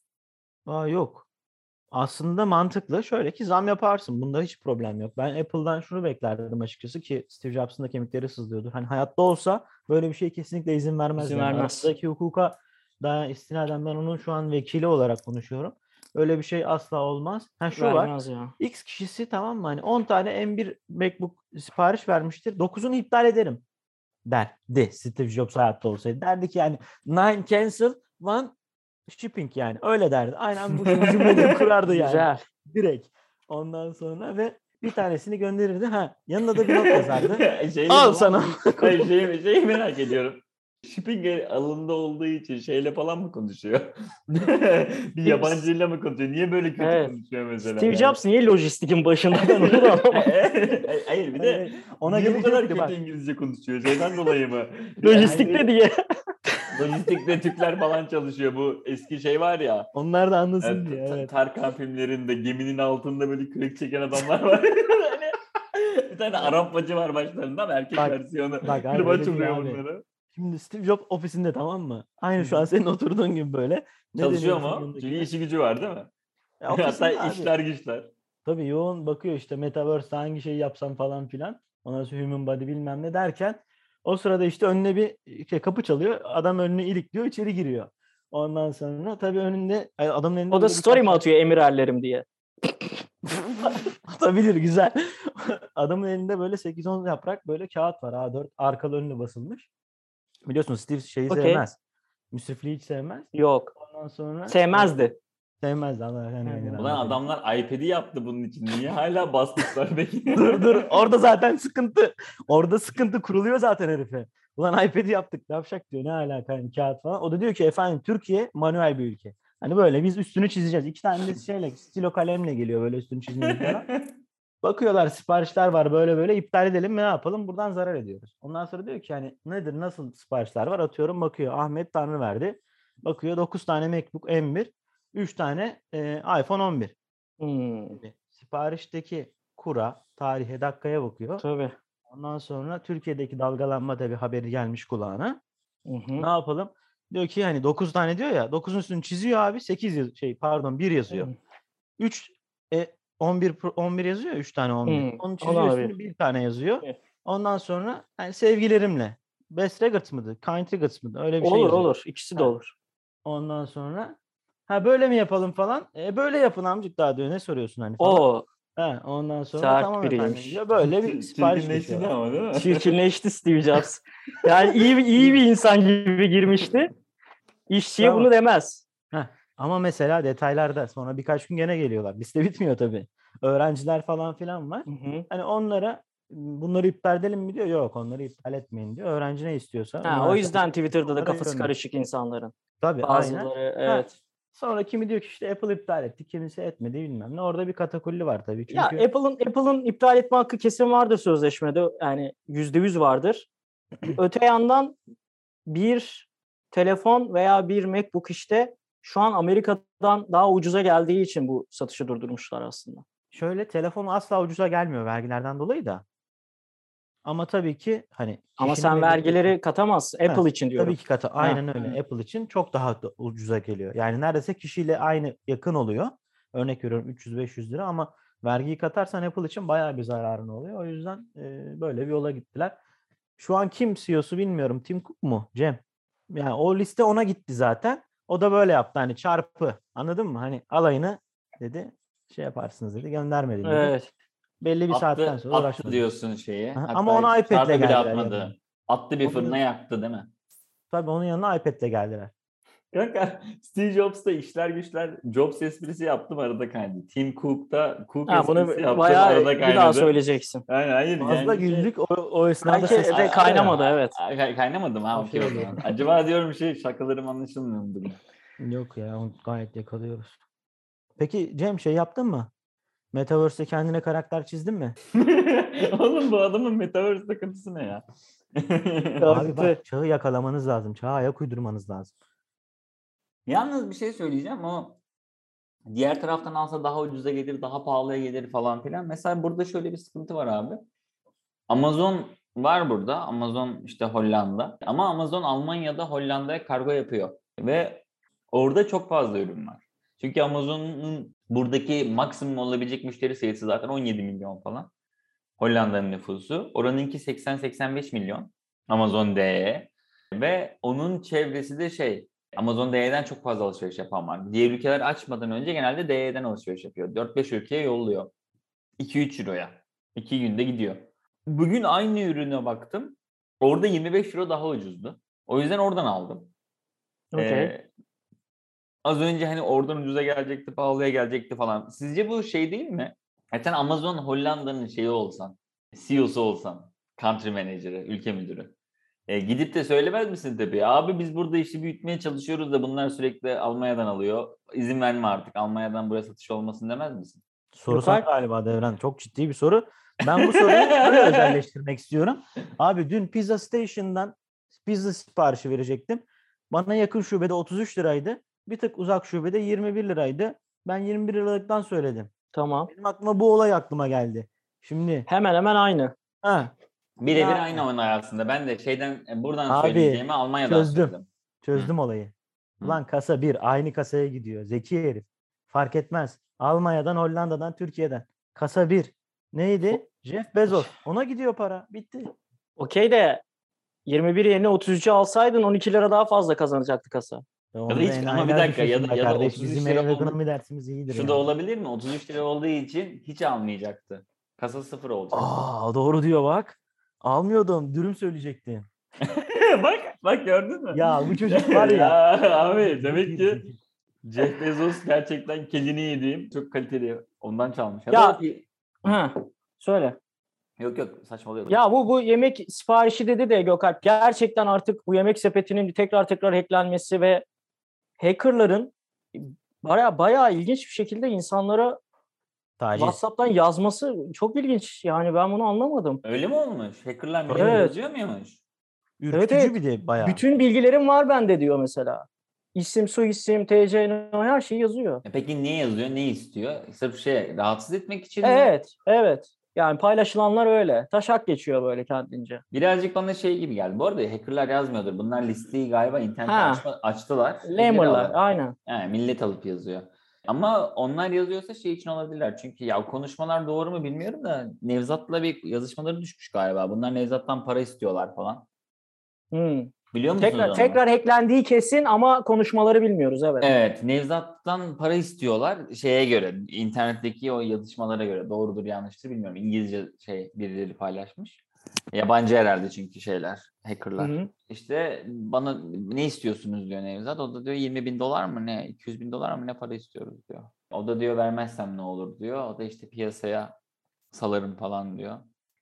S2: Aa yok. Aslında mantıklı şöyle ki zam yaparsın. Bunda hiç problem yok. Ben Apple'dan şunu beklerdim açıkçası ki Steve Jobs'ın da kemikleri sızlıyordur. Hani hayatta olsa böyle bir şey kesinlikle izin vermez.
S3: İzin
S2: yani.
S3: vermez.
S2: Aradaki hukuka daha istinaden ben onun şu an vekili olarak konuşuyorum. Öyle bir şey asla olmaz. Ha şu var.
S3: Vermez ya.
S2: X kişisi tamam mı? Hani 10 tane M1 MacBook sipariş vermiştir. 9'unu iptal ederim derdi Steve Jobs hayatta olsaydı. Derdi ki yani nine cancel, one shipping yani. Öyle derdi. Aynen bu cümleleri kurardı yani.
S3: Güzel.
S2: Direkt. Ondan sonra ve bir tanesini gönderirdi. Ha yanına da bir not yazardı.
S1: Şey-
S2: Al sana.
S1: Hayır, şeyi, şeyi merak ediyorum. shipping alında olduğu için şeyle falan mı konuşuyor? bir yabancıyla mı konuşuyor? Niye böyle kötü
S3: Evet.
S1: konuşuyor mesela?
S3: Steve
S1: yani?
S3: Jobs niye lojistikin başında ben onu da anlamadım.
S1: Hayır bir de
S2: Hani, ona
S1: niye bu kadar
S2: gelecekti
S1: kötü
S2: bak.
S1: İngilizce konuşuyor? Şeyden dolayı mı?
S3: Lojistikte
S1: Yani
S3: diye.
S1: lojistikte Türkler falan çalışıyor. Bu eski şey var ya.
S2: Onlar da anlasın
S1: Evet,
S2: diye.
S1: Ta-
S2: Evet.
S1: Tarkan filmlerinde geminin altında böyle kürek çeken adamlar var. Hani bir tane Arap bacı var başlarında ama erkek
S2: Bak,
S1: versiyonu.
S2: Bak abi,
S1: Kırbaç
S2: öyle değil
S1: vuruyor
S2: abi.
S1: bunlara.
S2: Şimdi Steve Jobs ofisinde tamam mı? Aynı şu an senin oturduğun gibi böyle. Ne
S1: Çalışıyor
S2: deniyor
S1: mu?
S2: filmdeki?
S1: Çünkü işi gücü var değil mi?
S2: Ya
S1: Hatta
S2: ofisinde abi.
S1: işler güçler.
S2: Tabii yoğun bakıyor işte Metaverse'de hangi şeyi yapsam falan filan. Ondan sonra human body bilmem ne derken o sırada işte önüne bir şey, kapı çalıyor. Adam önünü ilikliyor içeri giriyor. Ondan sonra tabii önünde ay, adamın elinde
S3: O
S2: böyle
S3: da
S2: bir
S3: story mi
S2: kartlar-
S3: atıyor Emir Erlerim diye.
S2: Atabilir güzel. Adamın elinde böyle 8-10 yaprak böyle kağıt var A4 arkalı önlü basılmış. Biliyorsunuz Steve şeyi
S3: Okey.
S2: sevmez. Müsrifliği hiç sevmez.
S3: Yok.
S2: Ondan sonra
S3: Sevmezdi.
S2: sevmez lan. Yani,
S3: Aynen.
S2: yani
S1: Ulan
S2: anladın.
S1: adamlar iPad'i yaptı bunun için. Niye hala basmışlar peki?
S2: dur dur orada zaten sıkıntı. Orada sıkıntı kuruluyor zaten herife. Ulan iPad'i yaptık ne yapacak diyor ne alaka hani kağıt falan. O da diyor ki efendim Türkiye manuel bir ülke. Hani böyle biz üstünü çizeceğiz. İki tane de şeyle stilo kalemle geliyor böyle üstünü çizmeye falan. Bakıyorlar siparişler var böyle böyle iptal edelim mi ne yapalım buradan zarar ediyoruz. Ondan sonra diyor ki hani nedir nasıl siparişler var atıyorum bakıyor Ahmet Tanrı verdi. Bakıyor 9 tane MacBook M1 3 tane e, iPhone 11.
S3: Hmm,
S2: Şimdi siparişteki kura tarihe dakikaya bakıyor.
S3: tabii.
S2: Ondan sonra Türkiye'deki dalgalanma tabii haberi gelmiş kulağına.
S3: Mhm.
S2: Ne yapalım? Diyor ki hani 9 tane diyor ya 9'un üstünü çiziyor abi 8 yaz şey pardon 1 yazıyor.
S3: Hmm.
S2: 3 e, 11 pro- 11 yazıyor 3 tane 11.
S3: Hmm,
S2: Onu
S3: o da
S2: çiziyor
S3: olabilir.
S2: üstünü 1 tane yazıyor.
S3: Evet.
S2: Ondan sonra yani sevgilerimle Best Regards mıydı? Kind Regards mıydı? Öyle bir şey
S3: Olur
S2: yazıyor.
S3: olur. İkisi de
S2: Ha.
S3: olur.
S2: Ondan sonra ha böyle mi yapalım falan. E böyle yapın amcık daha diyor. Ne soruyorsun hani falan.
S3: O
S2: Ha, ondan sonra
S3: Saat
S2: tamam efendim
S3: biriymiş.
S2: diyor. Böyle bir sipariş
S1: Çirkinleşti
S2: geçiyor.
S1: ama değil mi?
S3: çirkinleşti Steve Jobs. Yani iyi iyi bir insan gibi girmişti. İşçiye
S2: Bravo.
S3: bunu demez.
S2: Ama mesela detaylarda sonra birkaç gün gene geliyorlar. Liste bitmiyor tabii. Öğrenciler falan filan var.
S3: Mhm.
S2: Hani onlara "M, bunları iptal edelim mi diyor. Yok onları iptal etmeyin diyor. Öğrenci ne istiyorsa.
S3: Ha,
S2: onlara
S3: o
S2: sen-
S3: yüzden Twitter'da da
S2: onlara
S3: kafası
S2: yönlendir.
S3: karışık insanların.
S2: Tabii aynen.
S3: Bazıları evet.
S2: Sonra kimi diyor ki işte Apple iptal etti. Kimisi etmedi bilmem ne. Orada bir katakulli var tabii. Çünkü
S3: Ya Apple'ın Apple'ın iptal etme hakkı kesin vardır sözleşmede. Yani yüzde yüz vardır. Öte yandan bir telefon veya bir MacBook işte şu an Amerika'dan daha ucuza geldiği için bu satışı durdurmuşlar aslında.
S2: şöyle telefon asla ucuza gelmiyor vergilerden dolayı da. Ama tabii ki hani
S3: Ama
S2: kişinin
S3: sen
S2: ve birey-
S3: vergileri katamazsın.
S2: Ha,
S3: Apple için diyorum.
S2: Tabii ki katı. Aynen öyle. Apple için çok daha da ucuza geliyor. Yani neredeyse kişiyle aynı yakın oluyor. Örnek veriyorum 300-500 lira ama vergiyi katarsan Apple için bayağı bir zararın oluyor. O yüzden e, böyle bir yola gittiler. Şu an kim CEO'su bilmiyorum. Tim Cook mu? Cem. Yani o liste ona gitti zaten. O da böyle yaptı hani çarpı. Anladın mı? Hani alayını dedi şey yaparsınız dedi göndermedi dedi.
S3: Evet.
S2: Belli bir
S1: attı,
S2: saatten sonra
S1: attı
S2: uğraşmadı.
S1: diyorsun şeyi.
S2: Aha,
S1: Hatta
S2: ama ona iPad'le
S1: çarpı bile
S2: geldiler
S1: atmadı.
S2: yanına.
S1: Attı bir
S2: Onun-
S1: fırına yaktı değil mi?
S2: Tabii onun yanına iPad'le geldiler.
S1: Kanka Steve Jobs da işler güçler Jobs esprisi yaptım arada kaynadı. Tim Cook da Cook
S3: Ha, bunu
S1: esprisi yaptım
S3: bayağı
S1: arada
S3: bir
S1: kaynadı.
S3: daha söyleyeceksin.
S1: Aynen, hayır,
S2: Fazla
S1: yani şey-
S2: güldük o, o esnada
S3: Belki
S2: ses
S3: de
S1: Aa,
S3: kaynamadı evet.
S1: Ay, kay- Kaynamadım ha
S2: Afiyet
S1: okey o zaman.
S2: olsun.
S1: Acaba diyorum şey şakalarım anlaşılmıyor mu? bugün?
S2: Yok ya onu gayet yakalıyoruz. Peki Cem şey yaptın mı? Metaverse'te kendine karakter çizdin mi?
S1: Oğlum bu adamın metaverse takıntısı ne ya?
S2: Abi
S3: Tabii.
S2: bak çağı yakalamanız lazım. Çağa ayak uydurmanız lazım.
S1: Yalnız bir şey söyleyeceğim o diğer taraftan alsa daha ucuza gelir, daha pahalıya gelir falan filan. Mesela burada şöyle bir sıkıntı var abi. Amazon var burada. Amazon işte Hollanda. Ama Amazon Almanya'da Hollanda'ya kargo yapıyor. Ve orada çok fazla ürün var. Çünkü Amazon'un buradaki maksimum olabilecek müşteri sayısı zaten 17 milyon falan. Hollanda'nın nüfusu. Oranınki 80-85 milyon. Amazon DE. Ve onun çevresi de şey Amazon DE'den çok fazla alışveriş yapan var. Diğer ülkeler açmadan önce genelde DE'den alışveriş yapıyor. 4-5 ülkeye yolluyor. 2-3 euroya. 2 günde gidiyor. Bugün aynı ürüne baktım. Orada 25 euro daha ucuzdu. O yüzden oradan aldım.
S3: Okey.
S1: Ee, az önce hani oradan ucuza gelecekti, pahalıya gelecekti falan. Sizce bu şey değil mi? Ya sen E Amazon Hollanda'nın şeyi olsan, CEO'su olsan, country manager'ı, ülke müdürü. E, gidip de söylemez misin tabii? Abi biz burada işi büyütmeye çalışıyoruz da bunlar sürekli Almanya'dan alıyor. İzin verme artık Almanya'dan buraya satış olmasın demez misin?
S2: Sorusak
S3: Gökhan-
S2: galiba Devran. Çok ciddi bir soru. Ben bu soruyu şöyle özelleştirmek istiyorum. Abi dün Pizza Station'dan pizza siparişi verecektim. Bana yakın şubede 33 liraydı. Bir tık uzak şubede 21 liraydı. Ben 21 liralıktan söyledim.
S3: Tamam.
S2: Benim aklıma bu olay aklıma geldi. Şimdi
S3: Hemen hemen aynı.
S2: ha
S1: Birebir
S2: Ya-
S1: aynı oyun aslında. Ben de şeyden e, buradan
S2: Abi,
S1: söyleyeceğimi Almanya'dan
S2: çözdüm.
S1: söyledim.
S2: çözdüm olayı.
S1: Hı.
S2: Ulan kasa bir aynı kasaya gidiyor. Zeki herif. Fark etmez. Almanya'dan, Hollanda'dan, Türkiye'den. Kasa bir. Neydi? Jeff Bezos. Ona gidiyor para. Bitti.
S3: Okey de 21 yerine 33'ü alsaydın 12 lira daha fazla kazanacaktı kasa.
S2: Ya
S1: da hiç- ama bir dakika, ya da- ya da 33
S2: bizim
S1: lira
S2: ev
S1: oldu.
S2: ekonomi dersimiz iyidir.
S1: Şu
S2: yani.
S1: da olabilir mi? 33 lira olduğu için hiç almayacaktı. Kasa sıfır olacak.
S2: Aa doğru diyor bak. Almıyordum. Dürüm söyleyecektim.
S1: bak, bak gördün mü?
S2: Ya bu çocuk var ya.
S1: abi demek ki Jeff Bezos gerçekten kelini yediğim çok kaliteli. Ondan çalmış. Ya,
S3: Ya-
S1: da-
S3: Ha. Söyle.
S1: Yok yok saçmalıyor.
S3: Ya bu bu yemek siparişi dedi de Gökalp gerçekten artık bu yemek sepetinin tekrar tekrar hacklenmesi ve hackerların baya bayağı ilginç bir şekilde insanlara
S2: Taciz.
S3: WhatsApp'tan yazması çok ilginç. Yani ben bunu anlamadım.
S1: Öyle mi olmuş? Hackerlar
S3: Evet.
S1: mail yazıyor muymuş?
S2: Ürkütücü
S3: evet.
S2: bir de bayağı.
S3: Bütün bilgilerim var bende diyor mesela. İsim, soyisim, TC, no- her şeyi yazıyor.
S1: E Peki niye yazıyor? Ne istiyor? Sırf şey rahatsız etmek için mi?
S3: Evet, evet. Yani paylaşılanlar öyle. Taşak geçiyor böyle kendince.
S1: Birazcık bana şey gibi geldi. Bu arada hackerlar yazmıyordur. Bunlar listeyi galiba internete
S3: Ha.
S1: açma- açtılar.
S3: Lamer'lar,
S1: Birileri alıyor.
S3: aynen.
S1: Yani millet alıp yazıyor. Ama onlar yazıyorsa şey için olabilirler. Çünkü ya konuşmalar doğru mu bilmiyorum da Nevzat'la bir yazışmaları düşmüş galiba. Bunlar Nevzat'tan para istiyorlar falan.
S3: Hmm.
S1: Biliyor musunuz?
S3: Tekrar
S1: onu?
S3: tekrar hacklendiği kesin ama konuşmaları bilmiyoruz evet.
S1: Evet, Nevzat'tan para istiyorlar şeye göre, internetteki o yazışmalara göre. Doğrudur yanlıştır bilmiyorum. İngilizce şey birileri paylaşmış. Yabancı herhalde çünkü şeyler,
S3: Hı
S1: hackerlar.
S3: hı.
S1: İşte bana ne istiyorsunuz diyor Nevzat. O da diyor 20 bin dolar mı ne, 200 bin dolar mı ne para istiyoruz diyor. O da diyor vermezsem ne olur diyor. O da işte piyasaya salarım falan diyor.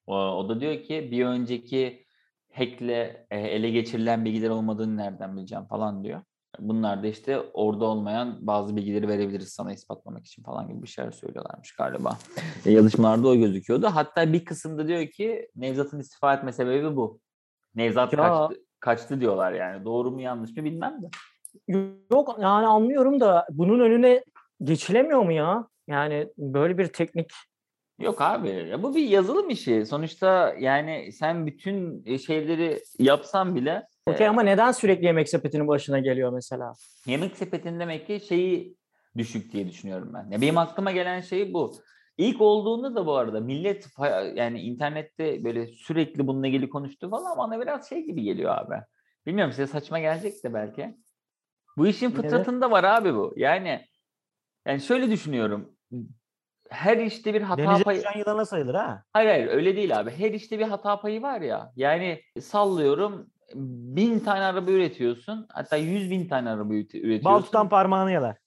S1: O, o da diyor ki bir önceki hackle e, ele geçirilen bilgiler olmadığını nereden bileceğim falan diyor. Bunlar da işte orada olmayan bazı bilgileri verebiliriz sana ispatlamak için falan gibi bir şeyler söylüyorlarmış galiba. E, Yazışmalarda o gözüküyordu. Hatta bir kısımda diyor ki Nevzat'ın istifa etme sebebi bu. Nevzat
S3: Ya.
S1: kaçtı, kaçtı diyorlar yani. Doğru mu yanlış mı bilmem de.
S3: Yok yani anlıyorum da bunun önüne geçilemiyor mu ya? Yani böyle bir teknik
S1: Yok abi ya bu bir yazılım işi. Sonuçta yani sen bütün e, şeyleri yapsan bile
S3: Okey ama neden sürekli yemek sepetinin başına geliyor mesela?
S1: Yemek sepetinin demek ki şeyi düşük diye düşünüyorum ben. Ya benim aklıma gelen şey bu. İlk olduğunda da bu arada millet fa- yani internette böyle sürekli bununla ilgili konuştu falan bana biraz şey gibi geliyor abi. Bilmiyorum size saçma gelecek de belki. Bu işin
S3: Yine de-
S1: fıtratında var abi bu. Yani yani şöyle düşünüyorum. Her işte bir hata
S2: Denize
S1: payı...
S2: düşen yılana sayılır ha.
S1: Hayır hayır öyle değil abi. Her işte bir hata payı var ya. Yani sallıyorum bin tane araba üretiyorsun. Hatta yüz bin tane araba üret- üretiyorsun.
S2: Bal tutan parmağını yalar.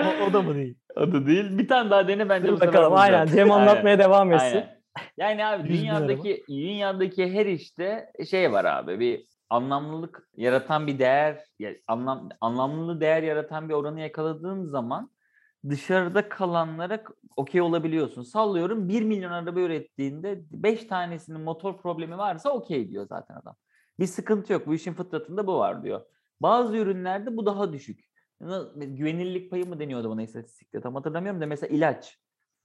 S2: O, o da mı değil?
S1: Adı değil. Bir tane daha dene bence.
S3: Dur
S1: bu sefer
S3: bakalım
S1: bulacağız.
S3: aynen Cem anlatmaya devam etsin.
S1: Aynen. Yani abi
S2: Yüz bin araba.
S1: dünyadaki dünyadaki her işte şey var abi bir anlamlılık yaratan bir değer ya- anlam anlamlı değer yaratan bir oranı yakaladığın zaman dışarıda kalanlara k- okey olabiliyorsun. Sallıyorum 1 milyon araba ürettiğinde 5 tanesinin motor problemi varsa okey diyor zaten adam. Bir sıkıntı yok. Bu işin fıtratında bu var diyor. Bazı ürünlerde bu daha düşük. Na- Güvenilirlik payı mı deniyordu buna istatistikte tam hatırlamıyorum da mesela ilaç.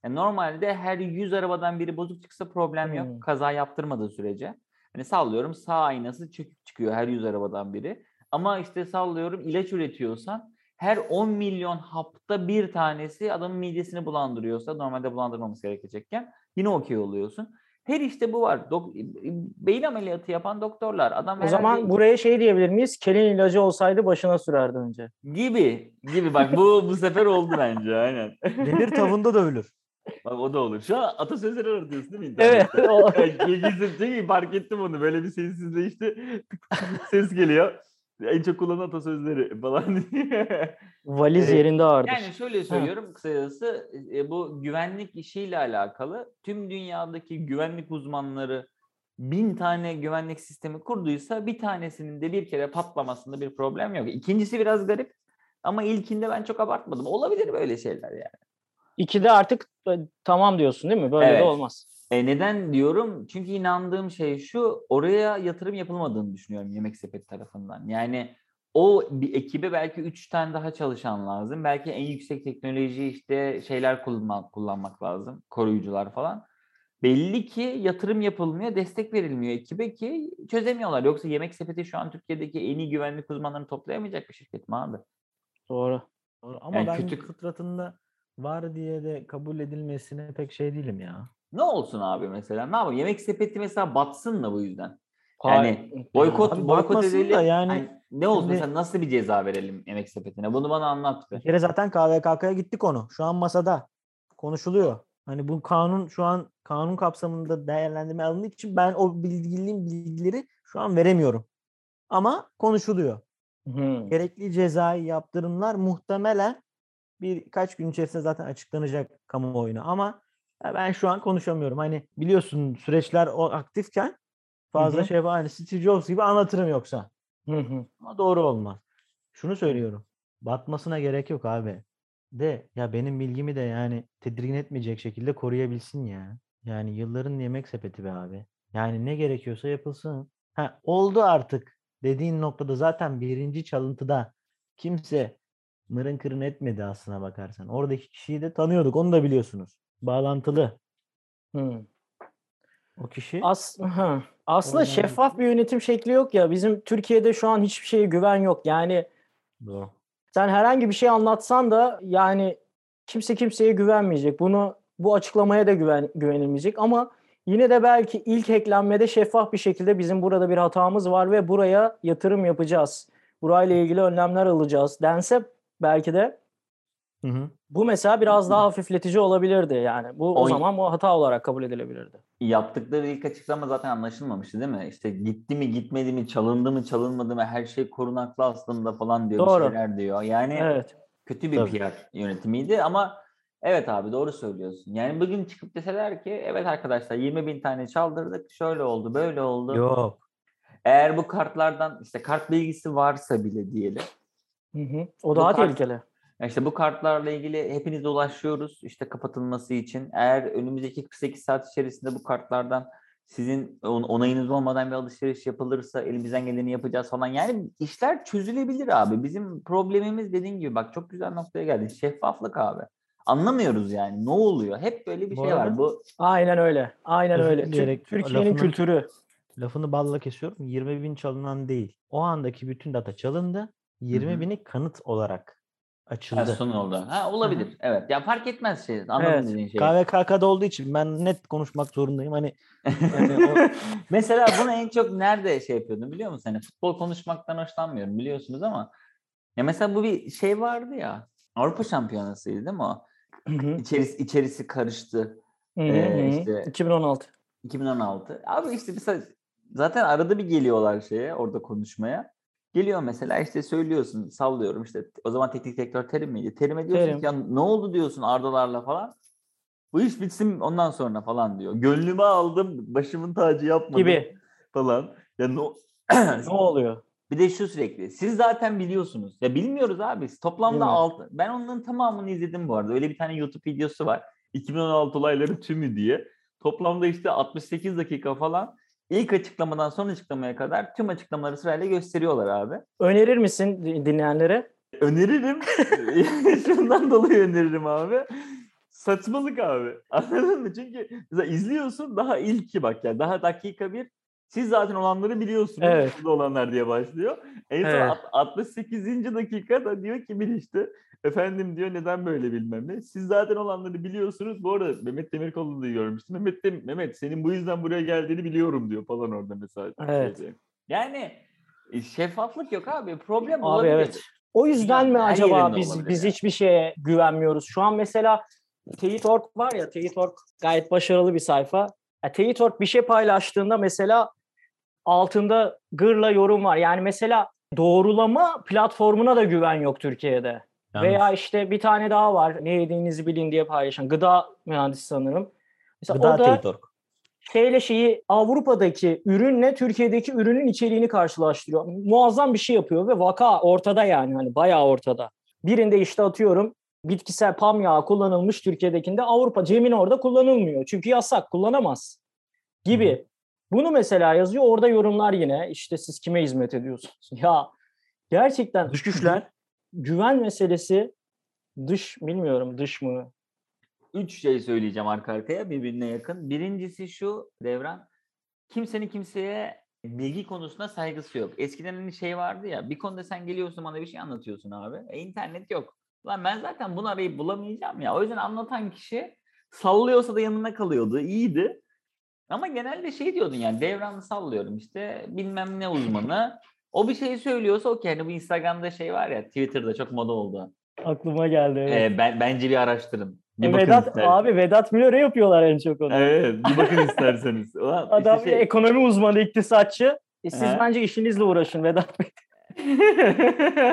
S1: Yani normalde her 100 arabadan biri bozuk çıksa problem yok.
S3: Hmm.
S1: Kaza yaptırmadığı sürece. Hani sallıyorum sağ aynası çökük çıkıyor her 100 arabadan biri. Ama işte sallıyorum ilaç üretiyorsan her 10 milyon hapta bir tanesi adamın midesini bulandırıyorsa normalde bulandırmaması gerekecekken yine okey oluyorsun. Her işte bu var. Dok- beyin ameliyatı yapan doktorlar. Adam
S3: O
S1: herhalde-
S3: zaman buraya şey diyebilir miyiz? Kelin ilacı olsaydı başına sürerdi önce.
S1: Gibi. Gibi bak bu bu sefer oldu bence aynen.
S2: Demir tavında dövülür.
S1: Bak o da olur. Şu an atasözleri aradıyorsun değil mi?
S3: Evet. o-
S1: Gizli çünkü fark ettim onu. Böyle bir sessizliği işte tık tık tık ses geliyor. En çok kullanılan atasözleri falan diye.
S3: Valiz
S1: Evet.
S3: yerinde ağırdır.
S1: Yani şöyle söylüyorum kısacası e, bu güvenlik işiyle alakalı tüm dünyadaki güvenlik uzmanları bin tane güvenlik sistemi kurduysa bir tanesinin de bir kere patlamasında bir problem yok. İkincisi biraz garip ama ilkinde ben çok abartmadım. Olabilir böyle şeyler yani.
S3: İkide artık e, tamam diyorsun değil mi? Böyle
S1: Evet.
S3: de olmaz.
S1: E neden diyorum? Çünkü inandığım şey şu, oraya yatırım yapılmadığını düşünüyorum Yemek Sepeti tarafından. Yani o bir ekibe belki 3 tane daha çalışan lazım. Belki en yüksek teknoloji işte şeyler kullanmak, kullanmak lazım. Koruyucular falan. Belli ki yatırım yapılmıyor, destek verilmiyor ekibe ki çözemiyorlar. Yoksa Yemek Sepeti şu an Türkiye'deki en iyi güvenlik uzmanlarını toplayamayacak bir şirket mi abi?
S3: Doğru.
S2: Doğru. Ama
S1: Yani
S2: ben
S1: kötü-
S2: fıtratında var diye de kabul edilmesine pek şey değilim ya.
S1: Ne olsun abi mesela? Ne yapayım? Yemek Sepeti mesela batsın da bu yüzden.
S3: Hayır.
S1: Yani
S3: Hmm.
S1: Boykot,
S2: Abi
S1: boykot
S2: bakmasın da
S1: edelim.
S2: yani
S1: Ay, ne olsun
S2: şimdi-
S1: mesela nasıl bir ceza verelim yemek sepetine? Bunu bana anlat be.
S2: Bir kere zaten KVKK'ya gitti konu. Şu an masada konuşuluyor. Hani bu kanun şu an kanun kapsamında değerlendirme alındığı için ben o bilgiliğin bilgileri şu an veremiyorum. Ama konuşuluyor.
S3: Hı.
S2: Gerekli cezai yaptırımlar muhtemelen birkaç gün içerisinde zaten açıklanacak kamuoyuna. Ama ya ben şu an konuşamıyorum. Hani biliyorsun süreçler o aktifken fazla
S3: hı.
S2: şey var. Hani Steve Jobs gibi anlatırım yoksa.
S3: Hı hı.
S2: Ama doğru olmaz. Şunu söylüyorum. Batmasına gerek yok abi. De ya benim bilgimi de yani tedirgin etmeyecek şekilde koruyabilsin ya. Yani yılların yemek sepeti be abi. Yani ne gerekiyorsa yapılsın. Ha, oldu artık dediğin noktada zaten birinci çalıntıda kimse mırın kırın etmedi aslına bakarsan. Oradaki kişiyi de tanıyorduk onu da biliyorsunuz. Bağlantılı
S3: Hı.
S2: o kişi.
S3: Hmm. As hı. Aslında
S2: Oradan-
S3: şeffaf bir yönetim şekli yok ya. Bizim Türkiye'de şu an hiçbir şeye güven yok. Yani
S2: Doğru.
S3: sen herhangi bir şey anlatsan da yani kimse kimseye güvenmeyecek. Bunu bu açıklamaya da güven, güvenilmeyecek ama yine de belki ilk eklenmede şeffaf bir şekilde bizim burada bir hatamız var ve buraya yatırım yapacağız. Burayla ilgili önlemler alacağız dense belki de
S2: Hı hı.
S3: bu mesela biraz daha hafifletici olabilirdi yani. Bu o
S1: Oy.
S3: zaman bu hata olarak kabul edilebilirdi.
S1: Yaptıkları ilk açıklama zaten anlaşılmamıştı değil mi? İşte gitti mi gitmedi mi çalındı mı çalınmadı mı her şey korunaklı aslında falan diyor bir
S3: Doğru.
S1: şeyler diyor. Yani
S3: Evet.
S1: kötü bir
S2: Tabii.
S1: PR yönetimiydi ama evet abi doğru söylüyorsun. Yani bugün çıkıp deseler ki evet arkadaşlar 20 bin tane çaldırdık şöyle oldu böyle oldu.
S2: Yok.
S1: Eğer bu kartlardan işte kart bilgisi varsa bile diyelim.
S3: Hı hı. O
S1: Bu
S3: daha
S1: kar-
S3: tehlikeli.
S1: Ya İşte bu kartlarla ilgili hepinize ulaşıyoruz işte kapatılması için. Eğer önümüzdeki 48 saat içerisinde bu kartlardan sizin on- onayınız olmadan bir alışveriş yapılırsa elimizden geleni yapacağız falan. Yani işler çözülebilir abi. Bizim problemimiz dediğin gibi bak çok güzel noktaya geldin. Şeffaflık abi. Anlamıyoruz yani ne oluyor. Hep böyle bir
S2: Bu
S1: şey
S2: arada-
S1: var. Bu
S3: Aynen öyle. Aynen
S2: Özür
S3: öyle. Tür-
S2: dileyerek
S3: Türkiye'nin
S2: lafını-
S3: kültürü.
S2: Lafını balla kesiyorum. 20 bin çalınan değil. O andaki bütün data çalındı. 20
S1: hı.
S2: bini kanıt olarak
S1: Ha,
S2: açıldı.
S1: son oldu. Ha olabilir. Evet. Ya fark etmez şey. Anladım
S3: Evet.
S1: dediğin şeyi.
S2: KVKK'da olduğu için ben net konuşmak zorundayım. Hani yani o-
S1: Mesela bunu en çok nerede şey yapıyordum biliyor musun? Hani futbol konuşmaktan hoşlanmıyorum biliyorsunuz ama ya mesela bu bir şey vardı ya. Avrupa Şampiyonası'ydı değil mi o?
S3: Hı hı.
S1: İçerisi, içerisi karıştı.
S3: Hı hı
S1: Ee,
S3: hı.
S1: işte-
S3: 2016.
S1: 2016. Abi işte mesela zaten arada bir geliyorlar şeye orada konuşmaya. Geliyor mesela işte söylüyorsun sallıyorum işte o zaman teknik direktör terim miydi? Terime diyorsun
S3: Terim.
S1: ki ya ne oldu diyorsun Ardalarla falan. Bu iş bitsin ondan sonra falan diyor. Gönlümü aldım başımın tacı yapmadım
S3: Gibi.
S1: falan. Ya no...
S3: Ne oluyor?
S1: bir de şu sürekli. Siz zaten biliyorsunuz. Ya bilmiyoruz abi. Toplamda
S3: Evet.
S1: altı. Ben onların tamamını izledim bu arada. Öyle bir tane YouTube videosu var. 2016 olayları tümü diye. Toplamda işte 68 dakika falan. İlk açıklamadan son açıklamaya kadar tüm açıklamaları sırayla gösteriyorlar abi.
S3: Önerir misin di- dinleyenlere?
S1: Öneririm. Şundan dolayı öneririm abi. Saçmalık abi. Anladın mı? Çünkü mesela izliyorsun daha ilki bak yani daha dakika bir siz zaten olanları biliyorsunuz.
S3: Evet.
S1: Burada olanlar diye başlıyor. En son
S3: Evet.
S1: alt- 68. dakikada diyor ki bir işte efendim diyor neden böyle bilmem ne. Siz zaten olanları biliyorsunuz. Bu arada Mehmet Demirkol'u da görmüştüm. Mehmet, de, Mehmet senin bu yüzden buraya geldiğini biliyorum diyor falan orada mesela.
S3: Evet.
S1: Şeyde. Yani e, şeffaflık yok abi. Problem
S3: Abi
S1: olabilir.
S3: evet. O yüzden
S1: Yani
S3: mi
S1: her
S3: acaba
S1: yerinde
S3: biz
S1: olabilir
S3: biz
S1: yani.
S3: hiçbir şeye güvenmiyoruz? Şu an mesela Teyitork var ya Teyitork gayet başarılı bir sayfa. Ya, Teyitork bir şey paylaştığında mesela altında gırla yorum var. Yani mesela doğrulama platformuna da güven yok Türkiye'de. Veya işte bir tane daha var. Ne yediğinizi bilin diye paylaşan. Gıda mühendisi sanırım. Mesela
S2: gıda
S3: o da
S2: Teyitork.
S3: K ile şeyi Avrupa'daki ürünle Türkiye'deki ürünün içeriğini karşılaştırıyor. Muazzam bir şey yapıyor ve vaka ortada yani hani bayağı ortada. Birinde işte atıyorum bitkisel pam yağı kullanılmış Türkiye'dekinde Avrupa Cem'in orada kullanılmıyor. Çünkü yasak kullanamaz gibi. Bunu mesela yazıyor orada yorumlar yine işte siz kime hizmet ediyorsunuz? Ya gerçekten
S2: Dış güçler.
S3: güven meselesi dış bilmiyorum dış mı?
S1: Üç şey söyleyeceğim arka arkaya birbirine yakın. Birincisi şu Devran. Kimsenin kimseye bilgi konusunda saygısı yok. Eskiden hani şey vardı ya bir konuda sen geliyorsun bana bir şey anlatıyorsun abi. E internet yok. Lan ben zaten bunu arayıp bulamayacağım ya. O yüzden anlatan kişi sallıyorsa da yanına kalıyordu. İyiydi. Ama genelde şey diyordun yani devranı sallıyorum işte bilmem ne uzmanı. O bir şeyi söylüyorsa okey. Hani bu Instagram'da şey var ya Twitter'da çok moda oldu.
S3: Aklıma geldi. Evet. E,
S1: Ee, ben, bence bir araştırın. Bir bakın
S3: Vedat
S1: isterseniz.
S3: abi Vedat Milor'u yapıyorlar en çok onu.
S1: Evet Ee, bir bakın isterseniz. Ulan işte
S3: Adam
S1: şey-
S3: ekonomi uzmanı, iktisatçı. E siz
S1: He.
S3: bence işinizle uğraşın Vedat Bey.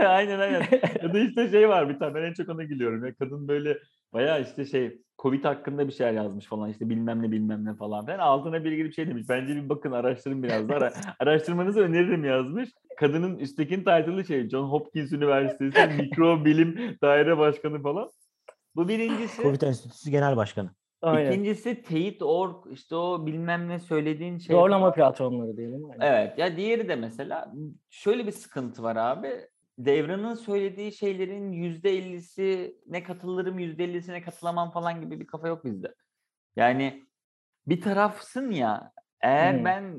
S1: aynen aynen. Ya da işte şey var bir tane ben en çok ona gülüyorum. Ya kadın böyle bayağı işte şey Covid hakkında bir şeyler yazmış falan işte bilmem ne bilmem ne falan. Ben altına bir girip şey demiş. Bence bir bakın araştırın biraz da. Ara- araştırmanızı öneririm yazmış. Kadının üsttekinin title'ı şey John Hopkins Üniversitesi Mikrobilim Daire Başkanı falan. Bu birincisi.
S2: Covid Enstitüsü Genel Başkanı.
S3: Aynen.
S1: İkincisi teyit org işte o bilmem ne söylediğin şey.
S3: Zorlama platformları diyelim. aynen.
S1: Evet ya diğeri de mesela şöyle bir sıkıntı var abi. Devran'ın söylediği şeylerin %50'sine katılırım, %50'sine katılamam falan gibi bir kafa yok bizde. Yani bir tarafsın ya. Eğer
S3: Hmm.
S1: ben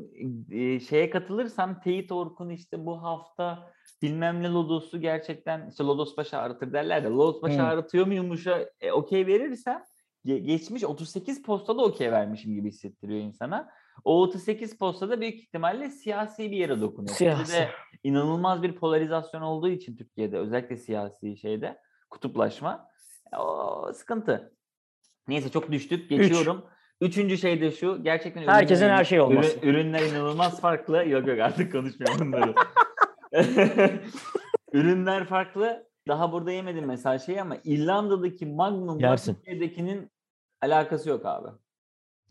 S1: e, şeye katılırsam Teyit Orkun işte bu hafta bilmem ne Lodos'u gerçekten işte Lodos başı ağrıtır derler de Lodos başı
S3: Hmm.
S1: ağrıtıyor muymuş'a e, okey verirsem ge- geçmiş 38 postada okey vermişim gibi hissettiriyor insana. O 38 postada büyük ihtimalle siyasi bir yere dokunuyor. Siyasi.
S3: Siyasi.
S1: de inanılmaz bir polarizasyon olduğu için Türkiye'de özellikle siyasi şeyde kutuplaşma o sıkıntı. Neyse çok düştük geçiyorum. Üçüncü şey de şu gerçekten ürünler-
S3: Herkesin her şey olması.
S1: ürün- ürünler inanılmaz farklı. Yok yok artık konuşmuyorum bunları. ürünler farklı. Daha burada yemedim mesela şeyi ama İrlanda'daki Magnum'la
S2: Yersin.
S1: Türkiye'dekinin alakası yok abi.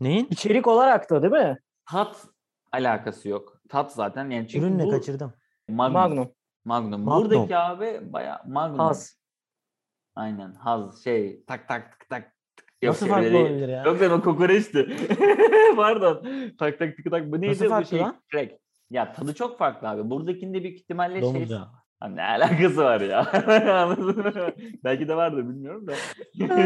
S2: Neyin?
S3: İçerik olarak da değil mi?
S1: Tat alakası yok. Tat zaten yani çünkü
S2: Ürünle
S1: bu
S2: kaçırdım.
S1: Magnum.
S3: Magnum.
S1: Magnum.
S2: Magnum.
S1: Buradaki abi baya Magnum.
S3: Haz.
S1: Aynen haz şey tak tak tık tak. tık. Yok,
S2: Nasıl
S1: öyle
S2: farklı
S1: değil.
S2: olabilir ya?
S1: Yok lan o kokoreçti. Pardon. Tak tak tık tak. Bu neydi
S2: Nasıl
S1: bu
S2: farklı
S1: şey?
S2: lan?
S1: Crack. Ya tadı çok farklı abi. Buradakinde büyük ihtimalle
S2: Domuz
S1: şey...
S2: ya.
S1: Ha, ne alakası var ya? Anladın mı? Belki de vardır bilmiyorum da.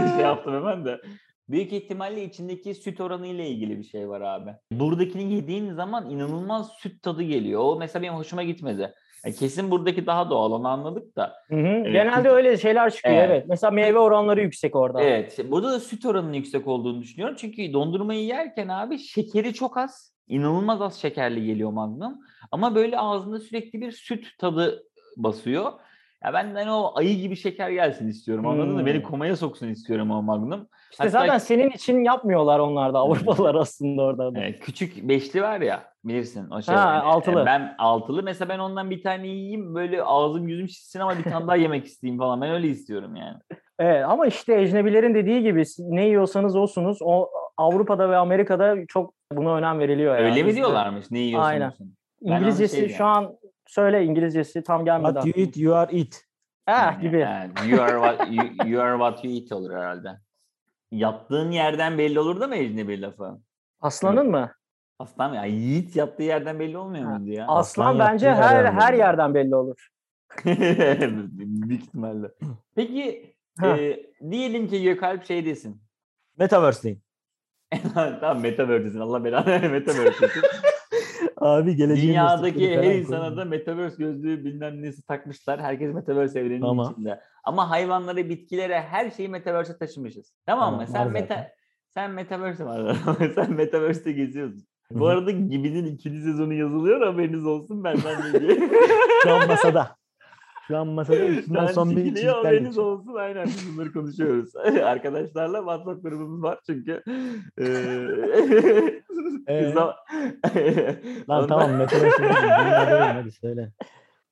S1: şey yaptım hemen de. Büyük ihtimalle içindeki süt oranı ile ilgili bir şey var abi. Buradakini yediğin zaman inanılmaz süt tadı geliyor. O mesela benim hoşuma gitmedi. Ya kesin buradaki daha doğal onu anladık da.
S3: Hı hı. Genelde öyle şeyler çıkıyor
S1: Evet.
S3: evet. Mesela meyve oranları yüksek orada.
S1: Evet. işte Burada da süt oranının yüksek olduğunu düşünüyorum. Çünkü dondurmayı yerken abi şekeri çok az. inanılmaz az şekerli geliyor Magnum. Ama böyle ağzında sürekli bir süt tadı basıyor. Ya ben de hani o ayı gibi şeker gelsin istiyorum anladın mı?
S3: Hmm.
S1: Beni komaya soksun istiyorum o Magnum.
S3: İşte
S1: Hatta-
S3: zaten senin için yapmıyorlar onlar da Avrupalılar aslında orada. da.
S1: Ee, küçük beşli var ya bilirsin o şey.
S3: Ha,
S1: Yani, e,
S3: altılı.
S1: Ben altılı mesela ben ondan bir tane yiyeyim böyle ağzım yüzüm şişsin ama bir tane daha yemek isteyeyim falan. Ben öyle istiyorum yani.
S3: Evet, ama işte ecnebilerin dediği gibi siz ne yiyorsanız olsunuz. O Avrupa'da ve Amerika'da çok buna önem veriliyor. yani.
S1: Öyle mi
S3: Bizde-
S1: diyorlarmış ne yiyorsun?
S3: Aynen.
S1: yiyorsun? Ben onu
S3: İngilizcesi
S1: şey
S3: şu an söyle İngilizcesi tam gelmedi.
S2: What
S3: aklıma.
S2: you eat, you are it.
S3: Eh gibi.
S1: Yani e, you are what you, you are what you eat olur herhalde. Yattığın yerden belli olur da mı ecnebi lafı?
S3: Aslanın mı?
S1: Aslan ya yiğit yattığı yerden belli olmuyor
S3: Ha,
S1: muydu ya?
S3: Aslan,
S2: Aslan
S3: bence
S2: yaptığı
S3: her
S2: yerden
S3: her
S2: belli.
S3: yerden belli olur.
S1: Büyük ihtimalle. Peki
S3: Ha.
S1: e, diyelim ki Gökalp şey desin.
S2: Metaverse deyin.
S1: tamam Metaverse'sin Allah belanı Metaverse'sin.
S2: Abi geleceğin
S1: Dünyadaki
S2: meslekleri
S1: her
S2: falan
S1: insana da
S2: koyun.
S1: Metaverse gözlüğü bilmem nesi takmışlar. Herkes Metaverse evreninin
S2: Ama-
S1: içinde. Ama hayvanları, bitkilere her şeyi Metaverse'e taşımışız. Tamam,
S2: Tamam,
S1: mı?
S2: var
S1: Sen meta
S2: zaten.
S1: sen Metaverse var. sen Metaverse'te geziyorsun. Bu
S2: Hı hı.
S1: arada Gibi'nin ikinci sezonu yazılıyor haberiniz olsun benden bilgi.
S2: Şu an masada. Şu an masada üstünden
S1: Yani
S2: son bir
S1: çekiliyor,
S2: içerikler
S1: haberiniz
S2: geçiyor.
S1: olsun aynen biz bunları konuşuyoruz. Arkadaşlarla WhatsApp grubumuz var çünkü. Eee
S2: Ee?
S1: Kızla-
S2: Lan
S1: Ondan-
S2: tamam Metaverse deyin. Dünyada deyin, Hadi söyle.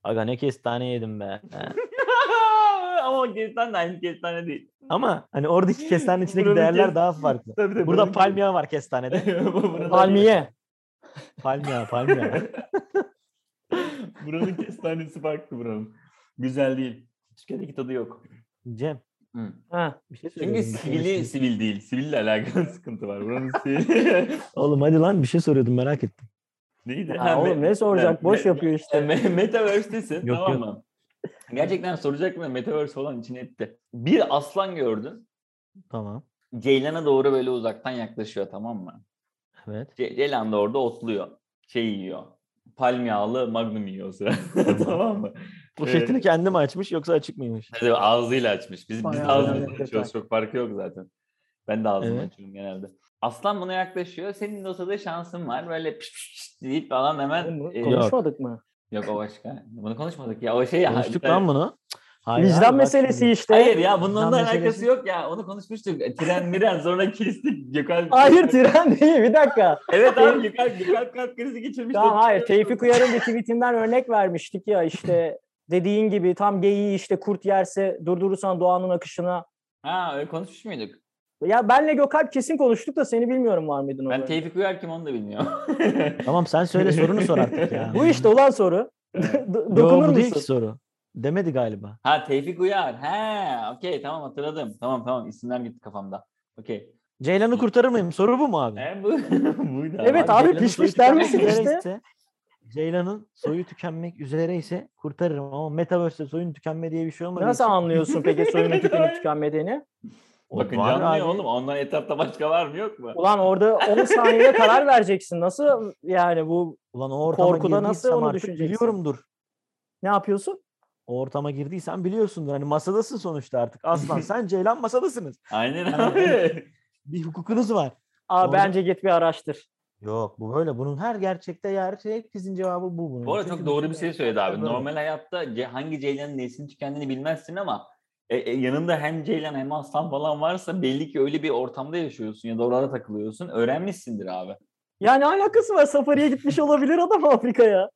S2: Aga ne kestane yedim be.
S1: Aa, Ama o kestane de aynı kestane değil.
S2: Ama hani oradaki kestane içindeki
S1: Buranın
S2: değerler
S1: kes-
S2: daha farklı.
S1: Tabii de
S2: Burada
S1: buranın-
S2: palmiye var kestanede.
S1: Buranın-
S3: Palmiye.
S2: palmiye, palmiye.
S1: buranın kestanesi farklı buranın. Güzel değil. Türkiye'deki tadı yok.
S2: Cem
S1: Hı.
S3: Ha.
S2: bir şey
S1: Çünkü
S2: söylüyorum.
S1: sivili sivil değil. Siville alakalı sıkıntı var. Buranın sivili...
S2: Oğlum hadi lan bir şey soruyordum merak ettim.
S1: Neydi?
S3: Ya
S1: Ha, me-
S3: oğlum ne soracak?
S1: me-
S3: Boş
S1: me-
S3: yapıyor işte.
S1: me- Metaverse'desin
S2: Yok,
S1: tamam
S2: yok.
S1: mı? Gerçekten soracak mı? Metaverse falan için etti. Bir aslan gördün.
S2: Tamam.
S1: Ceylan'a doğru böyle uzaktan yaklaşıyor tamam mı?
S2: Evet.
S1: Ce- Ceylan da orada otluyor. Şey yiyor. Palmiyalı magnum yiyor o sırada. tamam mı?
S2: Poşetini
S1: Ee,
S2: kendim açmış yoksa açık mıymış?
S1: Tabii ağzıyla açmış. Biz, biz
S3: Bayağı
S1: ağzımızla
S2: yani.
S1: açıyoruz. Çok farkı yok zaten. Ben de ağzımla
S2: Evet.
S1: açıyorum genelde. Aslan buna yaklaşıyor. Senin de o sırada şansın var. Böyle piş piş piş deyip falan hemen.
S3: Oğlum,
S1: e, yok.
S3: Konuşmadık mı?
S1: o başka. Bunu konuşmadık ya. O şey ya.
S2: Konuştuk
S1: bir
S2: lan
S1: tane-
S2: bunu. Cık, hayır abi,
S3: Vicdan
S2: bak
S3: meselesi
S2: şimdi.
S3: işte.
S1: Hayır ya bunun
S2: Vicdan
S1: da
S2: meselesi.
S1: alakası yok ya. Onu konuşmuştuk. E, Tren miren sonra kestik. Gökhan.
S3: Hayır tren değil bir dakika.
S1: Evet abi Gökhan, Gökhan kalp krizi geçirmiş.
S3: Tamam
S1: Dokuz
S3: hayır
S1: yıl-
S3: Tevfik Uyar'ın bir tweetinden örnek vermiştik ya işte dediğin gibi tam geyiği işte kurt yerse durdurursan doğanın akışına.
S1: Ha öyle konuşmuş muyduk?
S3: Ya benle Gökalp kesin konuştuk da seni bilmiyorum var mıydın o
S1: Ben
S3: bölüm?
S1: Tevfik Uyar kim onu da bilmiyorum.
S2: Tamam sen söyle sorunu sor artık ya.
S3: Bu işte ulan soru. Do-
S2: Yo,
S3: dokunur
S2: bu değil ki
S3: musun?
S2: soru. Demedi galiba.
S1: ha Tevfik Uyar. He okey tamam hatırladım. Tamam tamam isimler gitti kafamda. Okey.
S2: Ceylan'ı kurtarır mıyım? Soru bu mu abi?
S1: He E, bu buydu abi.
S3: Evet abi,
S2: Ceylan'ın soyu
S3: pişmiş der
S2: tükenmek
S3: misin
S2: üzere
S3: işte?
S2: ise- Ceylan'ın soyu tükenmek üzere ise kurtarırım ama Metaverse'de soyun tükenme diye bir şey olmadığı
S3: Nasıl
S2: için-
S3: anlıyorsun peki soyunun tükenip
S1: Hayır.
S3: tükenmediğini?
S1: Bakın
S2: Var
S1: canlı
S2: abi.
S1: oğlum. Ondan etapta başka var mı yok mu?
S3: Ulan orada 10 saniyede karar vereceksin. Nasıl yani bu
S2: Ulan o ortama
S3: Korkuda nasıl
S2: girdiysem
S3: onu
S2: artık
S3: düşüneceksin?
S2: Biliyorumdur.
S3: ne yapıyorsun?
S2: O ortama girdiysen biliyorsundur. Hani masadasın sonuçta artık. Aslan sen Ceylan masadasınız.
S1: Aynen
S2: Yani-
S1: abi.
S2: Bir hukukunuz var.
S3: Aa
S2: Orada-
S3: bence git bir araştır.
S2: Yok bu böyle. Bunun her gerçekte yer şey hepimizin cevabı bu. Bunun.
S1: Bu arada çok
S2: Çünkü
S1: doğru
S2: bütün
S1: bir şey söyledi abi.
S2: böyle.
S1: Normal hayatta ce- hangi Ceylan'ın nesini tükendiğini bilmezsin ama e, e, yanında hem Ceylan hem Aslan falan varsa belli ki öyle bir ortamda yaşıyorsun ya da oralara takılıyorsun. Öğrenmişsindir abi.
S3: Yani alakası var safariye gitmiş olabilir adam Afrika'ya.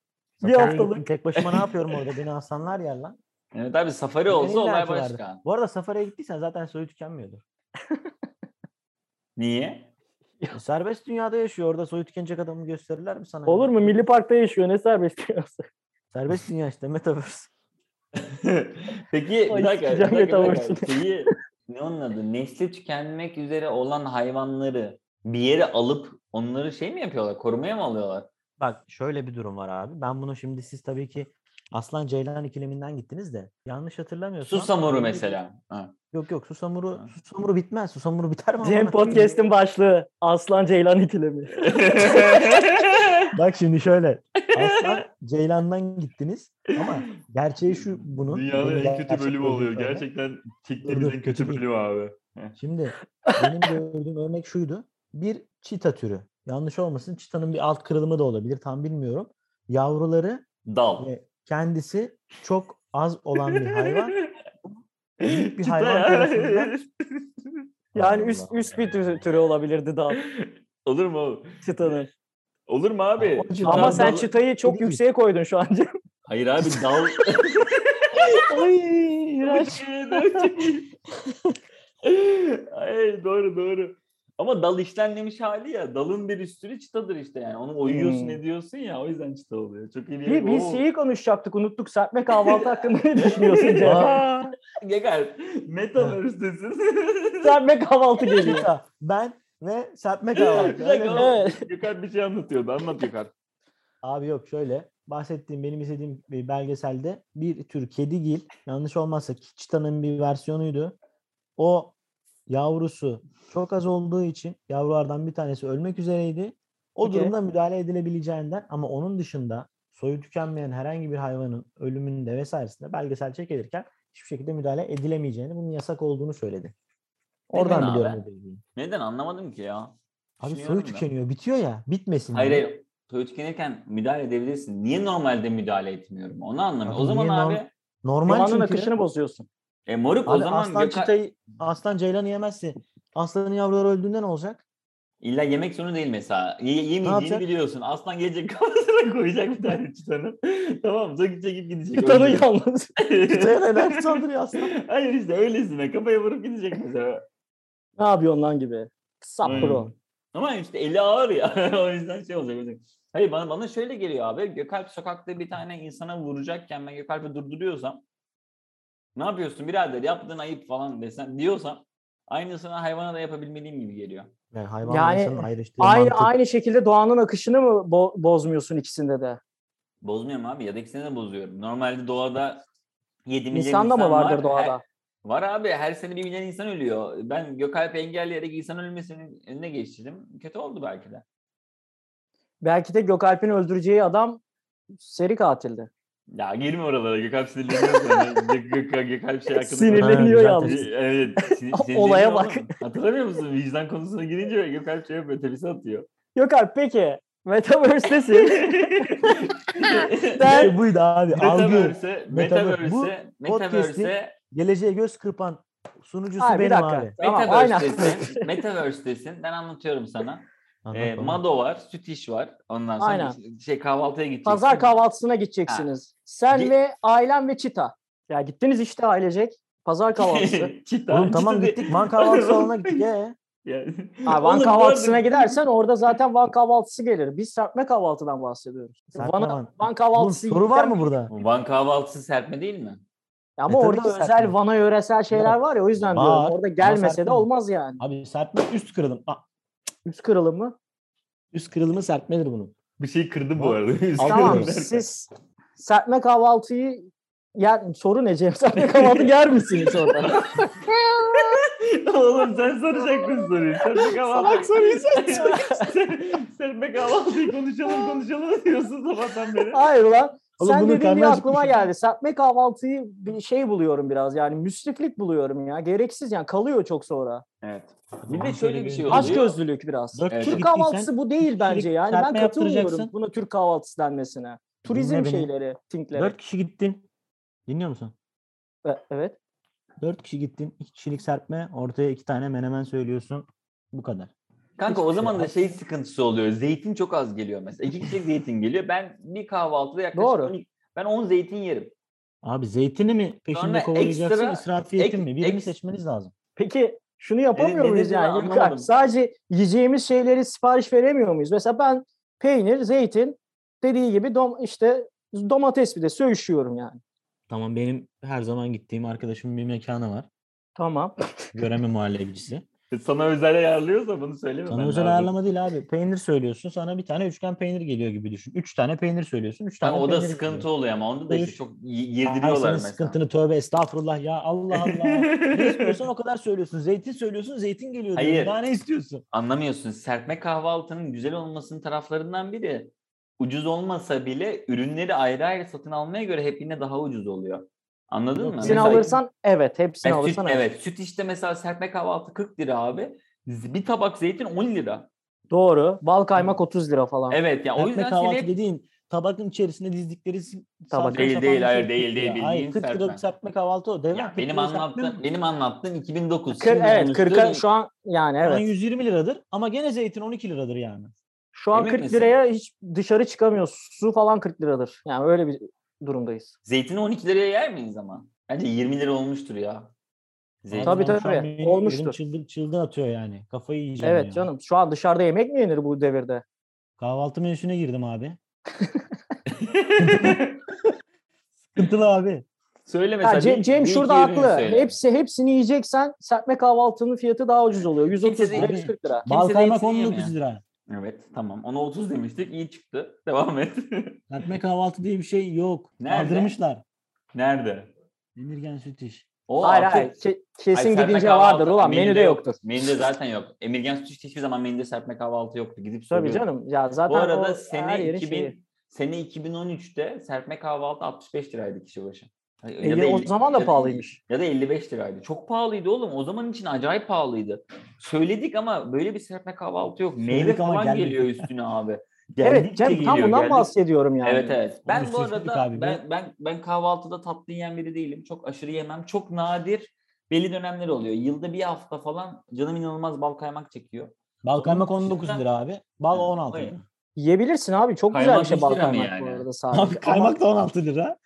S3: Bir
S2: Zaten
S3: haftalık.
S2: Tek başıma ne yapıyorum orada? Beni aslanlar yer lan.
S1: Evet abi safari
S2: Senin
S1: olsa olay
S2: illaki vardır.
S1: başka.
S2: Bu arada safariye gittiysen zaten soyu tükenmiyordur.
S1: Niye?
S2: E, Serbest dünyada yaşıyor. Orada soyu tükenecek adamı gösterirler mi sana? ya?
S3: Olur mu? Milli Park'ta yaşıyor. Ne serbest piyasa?
S2: Serbest dünya işte. Metaverse.
S1: Peki
S3: Ay,
S1: bir dakika. Bir
S3: sikeceğim
S1: dakika, bir
S3: metaverse'ini.
S1: dakika. Şeyi, ne onun adı? Nesli tükenmek üzere olan hayvanları bir yere alıp onları şey mi yapıyorlar? Korumaya mı alıyorlar?
S2: Bak şöyle bir durum var abi. Ben bunu şimdi siz tabii ki Aslan Ceylan ikileminden gittiniz de yanlış hatırlamıyorsam.
S1: Susamuru
S2: önceki-
S1: mesela. Ha.
S2: Yok yok Susamuru
S1: Ha.
S2: Susamuru bitmez. Susamuru biter mi?
S3: Cem
S2: amına?
S3: Podcast'in başlığı. Aslan Ceylan ikilemi.
S2: Bak şimdi şöyle. Aslan Ceylan'dan gittiniz ama gerçeği şu bunun.
S1: Dünyanın
S2: benim
S1: en kötü
S2: gerçek
S1: bölümü
S2: gördüğüm
S1: oluyor.
S2: şöyle.
S1: Gerçekten
S2: Dur,
S1: çektiğimiz
S2: dur,
S1: en kötü
S2: kötü değil.
S1: bölüm abi.
S2: Şimdi benim gördüğüm örnek şuydu. Bir çita türü. Yanlış olmasın çitanın bir alt kırılımı da olabilir tam bilmiyorum. Yavruları
S1: Dal.
S2: ve kendisi çok az olan bir hayvan.
S1: Büyük
S2: bir hayvan tarafından-
S3: Yani
S2: Allah
S3: üst
S2: Allah.
S3: üst bir tür- türü olabilirdi daha
S1: Olur mu? oğlum?
S3: çıtanın.
S1: Olur mu abi?
S2: Ama
S1: Çıtan
S3: Ama sen
S1: dal-
S3: çıtayı çok
S2: Değil.
S3: yükseğe koydun şu an Cem.
S1: Hayır abi dal.
S3: Ay iğrenç.
S1: Ay doğru doğru. Ama dal işlenmemiş hali ya. Dalın bir üstünü çıtadır işte yani. Onu oyuyorsun
S3: Hmm.
S1: ediyorsun ya. O yüzden çıta oluyor. Çok iyi
S3: Bir, bir
S2: şey
S1: Oo.
S3: şeyi konuşacaktık unuttuk. Serpme kahvaltı hakkında ne düşünüyorsun Cem?
S1: Aa, Gegar. Metaverse'desin.
S3: Serpme kahvaltı geliyor.
S2: Çita, ben ve serpme
S1: Bir
S2: kahvaltı.
S1: dakika,
S2: Aynen.
S1: oğlum. Gökhan bir şey anlatıyordu. Anlat Gökhan.
S2: Abi yok şöyle bahsettiğim benim izlediğim bir belgeselde bir tür kedigil yanlış olmazsa çitanın bir versiyonuydu. O yavrusu çok az olduğu için yavrulardan bir tanesi ölmek üzereydi. O
S3: Peki.
S2: durumda müdahale edilebileceğinden ama onun dışında soyu tükenmeyen herhangi bir hayvanın ölümünde vesairesinde belgesel çekilirken hiçbir şekilde müdahale edilemeyeceğini, bunun yasak olduğunu söyledi. Oradan
S1: abi?
S2: biliyorum bu bilgiyi.
S1: Neden anlamadım ki ya.
S2: Abi
S1: Düşünüyorum
S2: soyu
S1: da.
S2: tükeniyor, bitiyor ya, bitmesin.
S1: Hayır
S2: diye.
S1: hayır. Soyu tükenirken müdahale edebilirsin. Niye normalde müdahale etmiyorum? Onu anlamıyorum.
S2: Abi
S1: o zaman
S2: niye norm-
S1: abi.
S2: Normal
S3: Doğanın
S2: çünkü.
S3: akışını bozuyorsun.
S1: E moruk o
S2: Abi
S1: zaman
S2: aslan
S1: Gökhan-
S2: çitayı, aslan ceylanı yemezse aslanın yavruları öldüğünde ne olacak?
S1: İlla yemek zorunda değil mesela. Ye- yemeyeceğini
S2: yapacak?
S1: biliyorsun. Aslan gelecek kafasına koyacak bir tane çıtanı. tamam mı? Sonra çekip gidecek.
S3: Çıtanı
S1: Öyle.
S3: yalnız.
S2: Çıtaya enerji saldırıyor aslan.
S1: Hayır işte öylesine kafaya vurup gidecek mesela.
S3: ne yapıyorsun lan gibi. Sapro.
S1: Aynen. Ama işte eli ağır ya. o yüzden şey olacak. olacak. Hayır bana bana şöyle geliyor abi. Gökalp sokakta bir tane insana vuracakken ben Gökalp'i durduruyorsam ne yapıyorsun birader yaptığın ayıp falan desen diyorsam aynısını hayvana da yapabilmeliyim gibi geliyor.
S2: Yani hayvan
S3: Yani
S2: insanı ayrıştığı
S3: Aynı,
S2: mantık.
S3: aynı şekilde doğanın akışını mı bo- bozmuyorsun ikisinde de?
S1: Bozmuyorum abi ya da ikisini de bozuyorum. Normalde doğada yediğimiz
S3: İnsan da mı vardır doğada?
S1: Var abi her sene bir milyon insan ölüyor. Ben Gökalp'i engelleyerek insan ölmesinin önüne geçtim. Kötü oldu belki de.
S3: Belki de Gökalp'in öldüreceği adam seri katildi.
S1: Ya girme oralara Gökalp sinirleniyor. sonra. Gök- Gök- Gökalp şey hakkında.
S2: Ha,
S3: Sinirleniyor
S2: güzel
S3: yalnız.
S2: tespit.
S1: Evet. sin- sinirleniyor
S3: Olaya bak.
S1: oğlum. Hatırlamıyor musun? Vicdan konusuna girince Gökalp şey yapıyor. Tepsi atıyor.
S3: Gökalp peki Metaverse'desin.
S2: İşte buydu abi. Algı.
S1: Metaverse,
S2: Metaverse.
S1: Metaverse,
S2: Bu podcast'in
S1: Metaverse,
S2: Geleceğe göz kırpan sunucusu
S3: Hayır, bir
S2: benim
S3: dakika.
S2: abi.
S3: Tamam,
S1: Metaverse'desin, Metaverse'desin. Ben anlatıyorum sana.
S2: Anlat
S1: Ee,
S2: bana.
S1: Mado var, süt iş var. Ondan sonra
S3: Aynen.
S1: şey kahvaltıya gideceksin.
S3: Pazar kahvaltısına gideceksiniz. Sen
S1: Ge-
S3: ve ailen ve Çita. Ya gittiniz işte ailecek. Pazar kahvaltısı.
S1: Çita,
S2: Oğlum tamam
S1: çita de-
S2: gittik. Van kahvaltı salonuna gittik. Ee,
S1: Yani-
S3: Ha,
S1: Oğlum
S3: Van
S1: bu
S3: kahvaltısına
S1: arada-
S3: gidersen orada zaten Van kahvaltısı gelir. Biz serpme kahvaltıdan bahsediyoruz.
S2: Serpme
S3: Van,
S2: Van.
S3: Van
S2: Oğlum
S3: kahvaltısı
S2: soru var
S3: yiyeceğim.
S2: mı burada?
S1: Van kahvaltısı serpme değil mi?
S3: Ama
S2: E, tabii
S3: orada
S2: ki
S3: özel
S2: serpme.
S3: Van'a yöresel şeyler var ya o yüzden
S2: Var.
S3: diyorum. Orada gelmese de
S2: serpme.
S3: olmaz yani.
S2: Abi serpme üst kırılım. Aa,
S3: Üst kırılımı.
S2: üst kırılımı serpmedir bunun.
S1: Bir şey kırdı
S2: Van-
S1: bu arada.
S3: Tamam
S2: Alıyorum.
S3: siz serpme kahvaltıyı yer, soru ne Cem? Serpme kahvaltı yer misiniz orada?
S1: Oğlum sen soracaktın soruyu. Serpme kahvaltı.
S2: Salak soruyu
S1: sen soracaksın. Serpme kahvaltıyı konuşalım konuşalım diyorsun sabahtan beri.
S3: Hayır ulan.
S2: Oğlum
S3: Sen
S2: bunun
S3: dediğin diye
S2: karnı
S3: aklıma
S2: acıkmış.
S3: geldi. Serpme kahvaltıyı bir şey buluyorum biraz yani müsriflik buluyorum ya. Gereksiz yani kalıyor çok sonra.
S1: Evet. Bir de şöyle bir şey oluyor.
S3: Aç gözlülük biraz.
S2: Dört
S1: Evet.
S2: kişi
S1: Türk
S3: Türk
S2: gittiysen
S3: kahvaltısı bu değil bence yani. Ben
S2: serpme
S3: katılmıyorum
S2: yaptıracaksın.
S3: buna Türk kahvaltısı denmesine. Turizm
S2: Dinle beni.
S3: şeyleri, tinkleri.
S2: Dört kişi gittin. Dinliyor musun?
S3: E- Evet.
S2: Dört kişi gittin. iki kişilik serpme. Ortaya iki tane menemen söylüyorsun. Bu kadar.
S1: Kanka o zaman da şey sıkıntısı oluyor. Zeytin çok az geliyor mesela. İki kişilik zeytin geliyor. Ben bir kahvaltıda yaklaşık
S3: Doğru.
S1: 12 ben 10 zeytin yerim.
S2: Abi zeytini mi peşinde
S1: Sonra
S2: kovalayacaksın,
S1: ekstra-
S2: israfiyetin
S1: ek-
S2: mi? Birini
S1: ek-
S2: seçmeniz lazım.
S3: Peki şunu yapamıyor
S1: ne
S3: muyuz
S1: dediğini
S3: yani?
S1: anlamadım.
S3: Yok, Sadece yiyeceğimiz şeyleri sipariş veremiyor muyuz? Mesela ben peynir, zeytin dediği gibi dom işte domates bir de söğüşüyorum yani.
S2: Tamam benim her zaman gittiğim arkadaşımın bir mekanı var.
S3: Tamam.
S2: Göreme muhallebicisi.
S1: Sana özel ayarlıyorsa bunu söyleme.
S2: Sana
S1: ben
S2: özel
S1: lazım.
S2: ayarlama değil abi. Peynir söylüyorsun. Sana bir tane üçgen peynir geliyor gibi düşün. Üç tane peynir söylüyorsun. Üç
S1: Ha,
S2: tane
S1: o da
S2: peynir
S1: sıkıntı
S2: geliyor.
S1: oluyor ama onda da işte
S2: Buyur.
S1: çok y-
S2: Ay,
S1: yediriyorlar
S2: senin
S1: mesela.
S2: sıkıntını tövbe estağfurullah ya Allah Allah. ne istiyorsan o kadar söylüyorsun. Zeytin söylüyorsun zeytin geliyor. diyorum.
S1: Hayır.
S2: Daha ne istiyorsun?
S1: Anlamıyorsun. Serpme kahvaltının güzel olmasının taraflarından biri ucuz olmasa bile ürünleri ayrı ayrı satın almaya göre hep yine daha ucuz oluyor. Anladın
S2: Yok,
S1: mı?
S3: Hepsini
S1: Mesela-
S3: alırsan evet, hepsini
S1: Ha, süt,
S3: alırsan evet.
S1: evet. Süt işte mesela serpme kahvaltı 40 lira abi. Z- Bir tabak zeytin 10 lira.
S3: Doğru. Bal kaymak 30 lira falan.
S1: Evet ya
S2: Serpme
S1: o yüzden
S2: kahvaltı
S1: seni hep-
S2: dediğin tabakın içerisinde dizdikleri
S3: Tabak.
S2: saçma
S1: Değil,
S2: sapan
S1: değil,
S2: bir
S1: hayır,
S2: şey
S1: değil,
S2: kırk
S1: değil,
S2: lira. Hayır,
S1: bildiğin
S2: 40
S1: serpme.
S2: liralık serpme kahvaltı o. Değil mi?
S1: Ya
S2: 40
S1: benim
S2: liralık serpme mi?
S1: anlattığım benim anlattığım 2009.
S3: Kır,
S1: Şimdi
S3: evet
S1: bunu
S3: 40'a
S1: söyleyeyim.
S3: şu an yani
S2: Şu an
S3: evet.
S2: 120 liradır ama gene zeytin 12 liradır yani.
S3: Şu an
S1: Emin
S3: 40
S1: misin?
S3: liraya hiç dışarı çıkamıyoruz. Su falan 40 liradır. Yani öyle bir durumdayız.
S1: Zeytini 12 liraya yer miyiz ama? Bence 20 lira olmuştur ya. Zeytin.
S3: Tabii,
S2: Abi ben şu
S3: tabii.
S2: an benim
S3: Olmuştur.
S2: yerim Çıldır, çıldır atıyor yani. Kafayı yiyeceğim
S3: evet
S2: ya.
S3: canım. Şu an dışarıda yemek mi yenir bu devirde?
S2: Kahvaltı menüsüne girdim abi. Sıkıntılı abi.
S1: Söyle
S3: Ha,
S1: mesela.
S3: Cem,
S1: bir-
S3: Cem
S1: bir
S3: şurada
S1: iki ürün
S3: haklı.
S1: söyle.
S3: Hepsi hepsini yiyeceksen serpme kahvaltının fiyatı daha ucuz oluyor. 130 lira,
S1: değil.
S3: 140 lira.
S2: Bal
S1: Kimse
S2: kaymak
S1: zeytin
S2: 19
S1: yemiyor.
S2: lira.
S1: Evet tamam. Ona 30 demiştik. iyi çıktı. Devam et.
S2: Serpme kahvaltı diye bir şey yok.
S1: Nerede?
S2: Kaldırmışlar.
S1: Nerede?
S2: Emirgen süt iş.
S1: O
S3: hayır
S1: artık-
S3: hayır. Ke-
S1: Ay,
S3: kesin
S1: serpme
S3: gidince
S1: kahvaltı-
S3: vardır ulan. Menüde
S1: yok.
S3: yoktur.
S1: Menüde zaten yok. Emirgen Süt hiçbir zaman menüde serpme kahvaltı yoktu. Gidip
S3: Tabii
S1: soruyorum.
S3: canım. Ya zaten
S1: Bu
S3: o
S1: arada
S3: her şey
S1: sene
S3: yerin
S1: 2000
S3: şeyi.
S1: sene 2013'te serpme kahvaltı 65 liraydı kişi başı.
S3: E, o zaman da
S1: ya
S3: pahalıymış.
S1: Ya da 55 liraydı. Çok pahalıydı oğlum. O zaman için acayip pahalıydı. Söyledik ama böyle bir serpme kahvaltı yok. Meyve
S2: Söyledik ama
S1: falan
S2: gelmedi.
S1: geliyor üstüne abi.
S3: Evet Cem
S1: Geldikçe
S3: tam
S1: geliyor,
S3: bundan
S1: geldik-
S3: bahsediyorum yani.
S1: Evet evet. Ben bu
S2: müsriflik
S1: arada
S2: abi bu.
S1: ben, ben ben kahvaltıda tatlı yiyen biri değilim. Çok aşırı yemem. Çok nadir belli dönemler oluyor. Yılda bir hafta falan canım inanılmaz bal kaymak çekiyor.
S2: Bal kaymak
S1: 19
S2: 19
S1: lira.
S2: lira abi. Bal
S1: Ha,
S2: 16
S1: hayır.
S2: lira.
S3: Yiyebilirsin abi. Çok güzel
S1: Kaymak
S3: bir şey
S1: üç
S3: bal
S1: lira mı
S3: kaymak bu
S1: yani?
S3: arada sadece.
S2: Abi kaymak da 16 lira.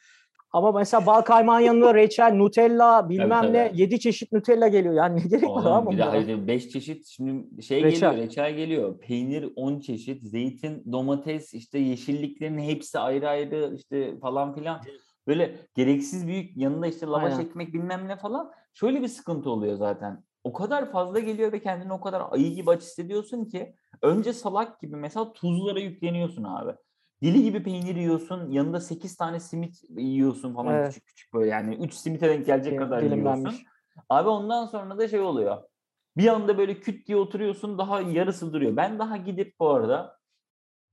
S3: Ama, ama mesela bal kaymağın yanında reçel, nutella, bilmem
S1: tabii.
S3: ne 7 çeşit nutella geliyor. Yani ne gerek var abi
S1: Oğlum, bir de
S3: bunlara?
S1: hayır, beş çeşit şimdi şey
S3: Reçel.
S1: geliyor, reçel geliyor. Peynir 10 çeşit, zeytin, domates, işte yeşilliklerin hepsi ayrı ayrı işte falan filan. Böyle gereksiz büyük yanında işte lavaş
S3: Aynen.
S1: ekmek bilmem ne falan. Şöyle bir sıkıntı oluyor zaten. O kadar fazla geliyor ve kendini o kadar ayı gibi aç hissediyorsun ki önce salak gibi mesela tuzlara yükleniyorsun abi. Dili gibi peynir yiyorsun, yanında 8 tane simit yiyorsun falan
S3: Evet.
S1: küçük küçük böyle yani 3 simite denk gelecek
S3: Dilim-
S1: kadar
S3: dilimlenmiş.
S1: yiyorsun. Abi ondan sonra da şey oluyor. Bir anda böyle küt diye oturuyorsun daha yarısı duruyor. Ben daha gidip bu arada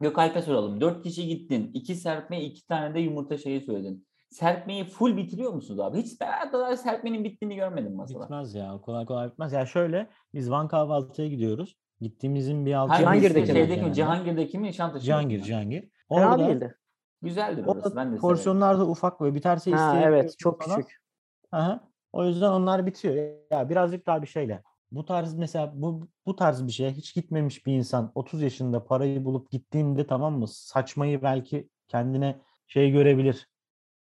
S1: Gökalp'e soralım. Dört kişi gittin. iki serpme, iki tane de yumurta şeyi söyledin. Serpmeyi full bitiriyor musunuz abi? Hiç ben kadar serpmenin bittiğini görmedim masada.
S2: Bitmez ya. Kolay kolay bitmez. Ya şöyle biz Van kahvaltıya gidiyoruz. Gittiğimizin bir altı.
S1: Hangisini?
S3: Cihangir'deki mi?
S1: Şeydeki mi? Cihangir'deki mi? Nişantaşı.
S2: Cihangir, Cihangir.
S3: Fena
S2: Orada,
S3: değildi.
S1: Güzeldir orası. Ben de
S2: orada
S1: severim.
S2: porsiyonlar da ufak ve biterse
S3: Ha,
S2: isteyebiliyorsun
S3: evet çok
S2: falan.
S3: küçük.
S2: Aha. O yüzden onlar bitiyor. Ya birazcık daha bir şeyle. Bu tarz mesela bu bu tarz bir şeye hiç gitmemiş bir insan 30 yaşında parayı bulup gittiğinde tamam mı? Saçmayı belki kendine şey görebilir.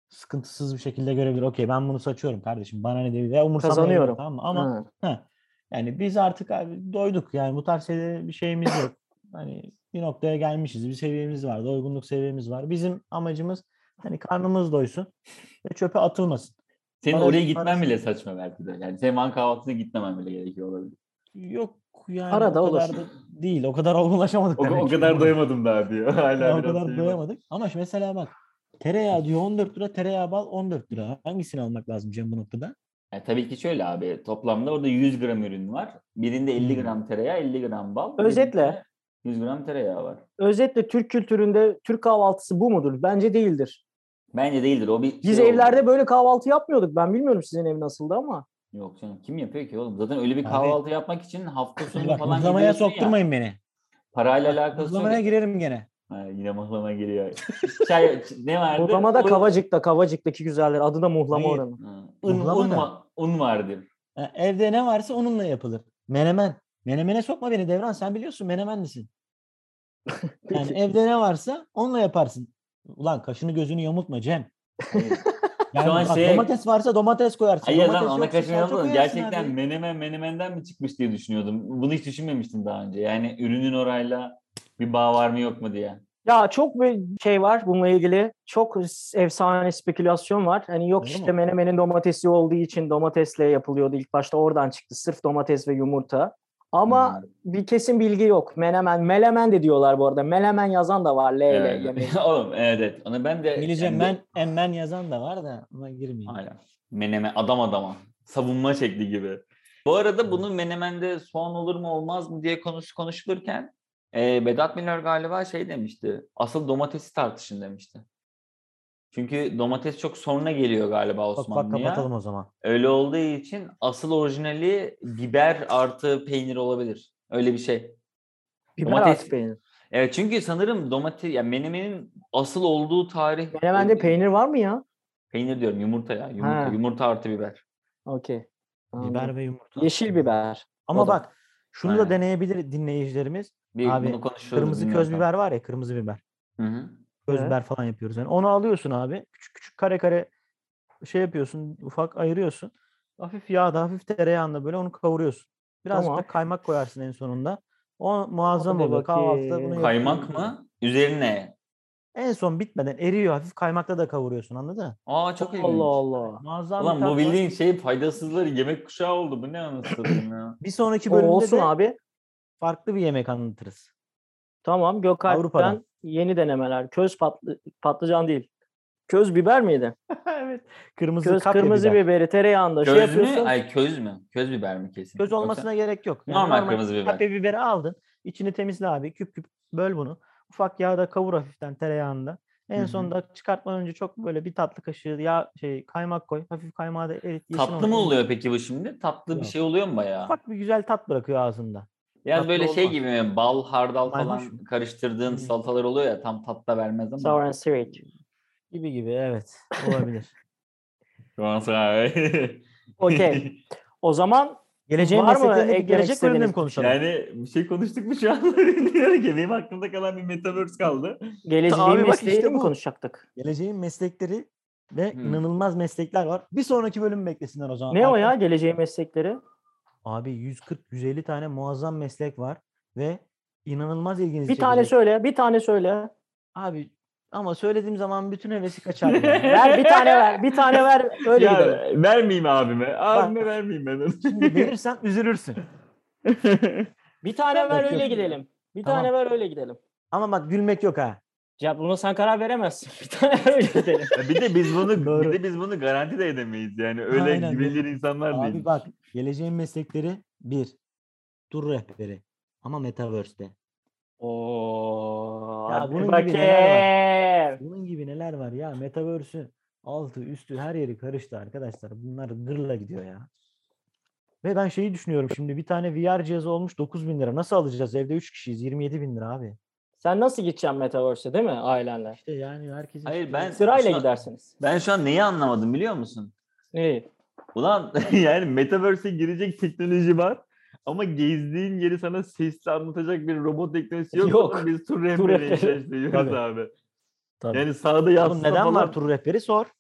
S2: Sıkıntısız bir şekilde görebilir. Okey ben bunu saçıyorum kardeşim. Bana ne diyor? Ya umursamayabilir,
S3: Kazanıyorum.
S2: Tamam mı? Ama
S3: Ha.
S2: yani biz artık abi doyduk. Yani bu tarz şeyde bir şeyimiz yok. Hani bir noktaya gelmişiz. Bir seviyemiz var. Doygunluk seviyemiz var. Bizim amacımız hani karnımız doysun ve çöpe atılmasın.
S1: Senin
S2: Parası-
S1: oraya gitmen
S2: parası-
S1: bile saçma belki de. Yani senin Van kahvaltısına gitmemen bile gerekiyor olabilir.
S2: Yok yani
S3: Arada
S2: o
S3: olur.
S2: kadar da değil. O kadar olgunlaşamadık
S1: O,
S2: demek
S1: o
S2: ki.
S1: kadar doyamadım daha diyor. Hala
S2: o
S1: biraz
S2: kadar
S1: şey var.
S2: doyamadık. Ama şimdi mesela bak tereyağı diyor 14 lira, tereyağı bal 14 lira. Hangisini almak lazım Cem bu noktada? Hani
S1: E, tabii ki şöyle abi toplamda orada 100 gram ürün var. Birinde 50
S2: Hmm.
S1: gram tereyağı, 50 gram bal.
S3: Özetle.
S1: birinde 100 gram tereyağı var.
S3: Özetle Türk kültüründe Türk kahvaltısı bu mudur? Bence değildir.
S1: Bence değildir. O bir
S3: Biz
S1: şey oldu.
S3: evlerde böyle kahvaltı yapmıyorduk. Ben bilmiyorum sizin ev nasıldı ama.
S1: Yok canım kim yapıyor ki oğlum? Zaten öyle bir
S2: Abi-
S1: kahvaltı yapmak için hafta sonu
S2: Bak
S1: falan
S2: mıhlamaya
S1: gidiyorsun ya.
S2: sokturmayın beni.
S1: Parayla alakası yok.
S2: Mıhlamaya girerim gene.
S1: Ha, yine mıhlama giriyor. Çay, ne vardı?
S3: Muhlama da
S1: Un-
S3: Kavacık'ta, Kavacık'taki güzeldir. Adı da muhlama
S2: Hayır.
S3: oranın.
S1: Ha, Un,
S2: Mıhlama
S1: un,
S2: da.
S1: va- un vardır.
S2: Ha, E, evde ne varsa onunla yapılır. Menemen. Menemene sokma beni Devran. Sen biliyorsun menemenlisin. Yani
S3: Peki.
S2: evde ne varsa onunla yaparsın. Ulan kaşını gözünü yamultma Cem.
S1: Hayır.
S2: Yani
S1: an
S2: bak,
S1: şey-
S2: domates varsa domates koyarsın.
S1: Hayır lan
S2: domates
S1: ona
S2: yoksa
S1: kaçın
S2: salça
S1: yapmadım.
S2: koyarsın
S1: Gerçekten
S2: abi.
S1: menemen menemenden mi çıkmış diye düşünüyordum. Bunu hiç düşünmemiştim daha önce. Yani ürünün orayla bir bağ var mı yok mu diye.
S3: Ya çok bir şey var bununla ilgili. Çok s- efsane spekülasyon var. Hani yok
S2: Öyle
S3: işte
S2: mi?
S3: menemenin domatesi olduğu için domatesle yapılıyordu. İlk başta oradan çıktı. Sırf domates ve yumurta. Ama
S1: Hmm.
S3: bir kesin bilgi yok. Menemen, melemen de diyorlar bu arada. Melemen yazan da var. L ile
S1: Evet.
S3: yemeği.
S1: Oğlum evet, evet. Ona ben de
S2: Bileceğim
S1: yani-
S2: ben emmen yazan da var da ama girmeyeyim.
S1: Aynen. Menemen adam adama. Savunma şekli gibi. Bu arada bunu menemende soğan olur mu olmaz mı diye konuş konuşulurken e, Vedat Milor galiba şey demişti. Asıl domatesi tartışın demişti. Çünkü domates çok sonra geliyor galiba
S2: Bak bak
S1: Osmanlı'ya.
S2: kapatalım o zaman.
S1: Öyle olduğu için asıl orijinali biber artı peynir olabilir. Öyle bir şey.
S3: Biber
S1: Domates-
S3: artı peynir.
S1: Evet çünkü sanırım domates ya menemenin asıl olduğu tarih
S3: Menemende peynir var mı ya?
S1: peynir diyorum yumurta ya yumurta,
S3: Ha.
S1: yumurta artı biber.
S3: Okey. Anladım.
S2: Biber ve yumurta.
S3: Yeşil biber.
S2: Ama
S3: o da-
S2: bak şunu
S1: Aynen.
S2: da deneyebilir dinleyicilerimiz.
S1: Bir
S2: Abi,
S1: bunu konuşuyoruz.
S2: Kırmızı
S1: bilmiyorum
S2: köz
S1: ben.
S2: biber var ya kırmızı biber.
S1: Hı hı.
S2: Köz
S3: Evet.
S2: biber falan yapıyoruz. Yani onu alıyorsun abi. Küçük küçük kare kare şey yapıyorsun. Ufak ayırıyorsun. Hafif yağda hafif tereyağında böyle onu kavuruyorsun. Birazcık
S3: Tamam.
S2: da kaymak koyarsın en sonunda. O muazzam
S3: Hadi
S2: oluyor. Kahvaltıda bunu
S3: bakayım.
S1: Kaymak
S2: yapıyorsun.
S1: mı? Üzerine.
S2: En son bitmeden eriyor. Hafif kaymakta da kavuruyorsun anladın mı?
S1: Aa çok ilginç.
S3: Allah Allah.
S2: Muazzam bir
S1: Ulan
S2: tat
S1: bu
S2: var.
S1: bildiğin şey faydasızları yemek kuşağı oldu. Bu ne anasını ya.
S2: Bir sonraki
S3: O
S2: bölümde
S3: olsun
S2: de
S3: abi.
S2: farklı bir yemek anlatırız.
S3: Tamam Gökalp'ten
S2: Avrupa'dan.
S3: yeni denemeler. Köz patlı, patlıcan değil. Köz biber miydi?
S2: evet. Kırmızı
S3: Köz
S2: kapya
S3: kırmızı
S2: biber.
S3: biberi tereyağında şey
S1: Köz mü?
S3: yapıyorsun.
S1: Ay köz mü? Köz biber mi kesin?
S2: Köz
S1: Yoksa-
S2: olmasına gerek yok.
S1: Normal kırmızı biber.
S2: Kapya biberi aldın. içini temizle abi. Küp küp böl bunu. Ufak yağda kavur hafiften tereyağında.
S1: Hı
S2: En
S1: hı.
S2: sonunda çıkartmadan önce çok böyle bir tatlı kaşığı yağ şey kaymak koy. Hafif kaymağı da erit. yeşil
S1: Tatlı
S2: olsun.
S1: mı oluyor peki bu şimdi? Tatlı bir
S2: Yok.
S1: şey oluyor mu bayağı?
S2: Ufak bir güzel tat bırakıyor ağzında.
S1: Yani
S2: tatlı
S1: böyle şey
S2: olmaz.
S1: gibi mi? Bal, hardal
S2: Mayhoş
S1: falan
S2: mu?
S1: karıştırdığın
S2: Hı.
S1: salatalar oluyor ya tam tat da vermez ama.
S3: Sour and sweet.
S2: Gibi gibi evet. Olabilir.
S1: Şu an sana-
S3: Okey. O zaman
S2: Geleceğin
S3: Var mı? E,
S2: mesleklerini
S3: gelecek
S2: gelecek bölümde mi
S3: bölümünüz-
S2: konuşalım?
S1: Yani bir şey konuştuk mu şu an? Bilmiyorum ki. Benim aklımda kalan bir metaverse kaldı.
S3: Geleceğin
S2: Abi bak
S3: mesleğiyle
S2: işte
S3: mi
S2: bu.
S3: konuşacaktık?
S2: Geleceğin meslekleri ve
S1: Hmm.
S2: inanılmaz meslekler var. Bir sonraki bölüm beklesinler o zaman.
S3: Ne o ya
S2: Arkadaşlar-
S3: geleceğin meslekleri?
S2: Abi 140-150 tane muazzam meslek var ve inanılmaz ilginizi
S3: Bir tane
S2: çekecek.
S3: söyle, bir tane söyle.
S2: Abi ama söylediğim zaman bütün hevesi kaçar. ya.
S3: Ver bir tane ver, bir tane ver. Öyle
S1: ya,
S3: gidelim.
S1: vermeyeyim abime. Abime vermeyeyim ben onu.
S2: Şimdi verirsen üzülürsün.
S3: Bir tane
S2: Yok,
S3: ver
S2: yok.
S3: öyle gidelim. Bir
S2: Tamam.
S3: tane ver öyle gidelim.
S2: Ama bak gülmek yok ha.
S3: Ya buna sen karar veremezsin. Bir tane ver öyle gidelim.
S1: Ya bir de biz bunu bir
S2: Doğru.
S1: de biz bunu garanti de edemeyiz yani. Öyle
S2: Aynen,
S1: güvenilir
S2: doğru.
S1: insanlar
S2: Abi
S1: değiliz.
S2: bak geleceğin meslekleri bir. Tur rehberi. Ama Metaverse'de.
S3: Oo.
S2: Ya
S3: hadi
S2: bunun gibi
S3: bakayım.
S2: Bunun gibi neler var ya. Metaverse'ün altı üstü her yeri karıştı arkadaşlar. Bunlar gırla gidiyor ya. Ve ben şeyi düşünüyorum şimdi bir tane VR cihazı olmuş 9000 bin lira. Nasıl alacağız? Evde 3 kişiyiz. 27 bin lira abi.
S3: Sen nasıl gideceksin Metaverse'e değil mi ailenle?
S2: İşte yani herkesin...
S1: Hayır,
S2: şimdi-
S1: ben-
S3: Sırayla
S1: Şu-
S3: gidersiniz.
S1: Ben şu an neyi anlamadım biliyor musun?
S3: Neyi?
S1: Ulan yani metaverse'e girecek teknoloji var. Ama gezdiğin yeri sana sesli anlatacak bir robot teknolojisi yok.
S3: Yok.
S1: Ulan Biz tur
S3: rehberi.
S1: rehberiyle işleştiriyoruz
S2: Tabii.
S1: abi.
S2: Tabii.
S1: Yani sağda
S2: Oğlum
S1: yazsa
S2: neden
S1: falan.
S2: var tur rehberi sor.
S1: Sorun.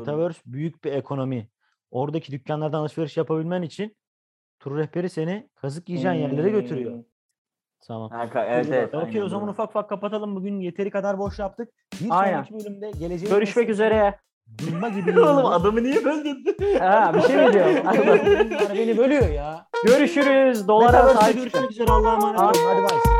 S2: Metaverse büyük bir ekonomi. Oradaki dükkanlardan alışveriş yapabilmen için tur rehberi seni kazık yiyeceğin yerlere götürüyor.
S3: Hmm.
S2: Tamam.
S1: Ha, ka- evet evet.
S2: Okey
S1: aynen
S2: o zaman
S1: doğru.
S2: ufak ufak kapatalım. Bugün yeteri kadar boş yaptık. Bir
S3: Aynen.
S2: sonraki bölümde geleceğe
S3: Görüşmek üzere.
S2: Durma gibi.
S1: Oğlum
S2: yıllar-
S1: adamı niye böldün?
S3: Ha, bir şey mi diyorum?
S2: Bunlar beni bölüyor ya.
S3: Görüşürüz. Dolara
S2: Metaverse'de
S3: sahip çıkın.
S2: görüşmek üzere. Allah'a emanet olun. Hadi bay.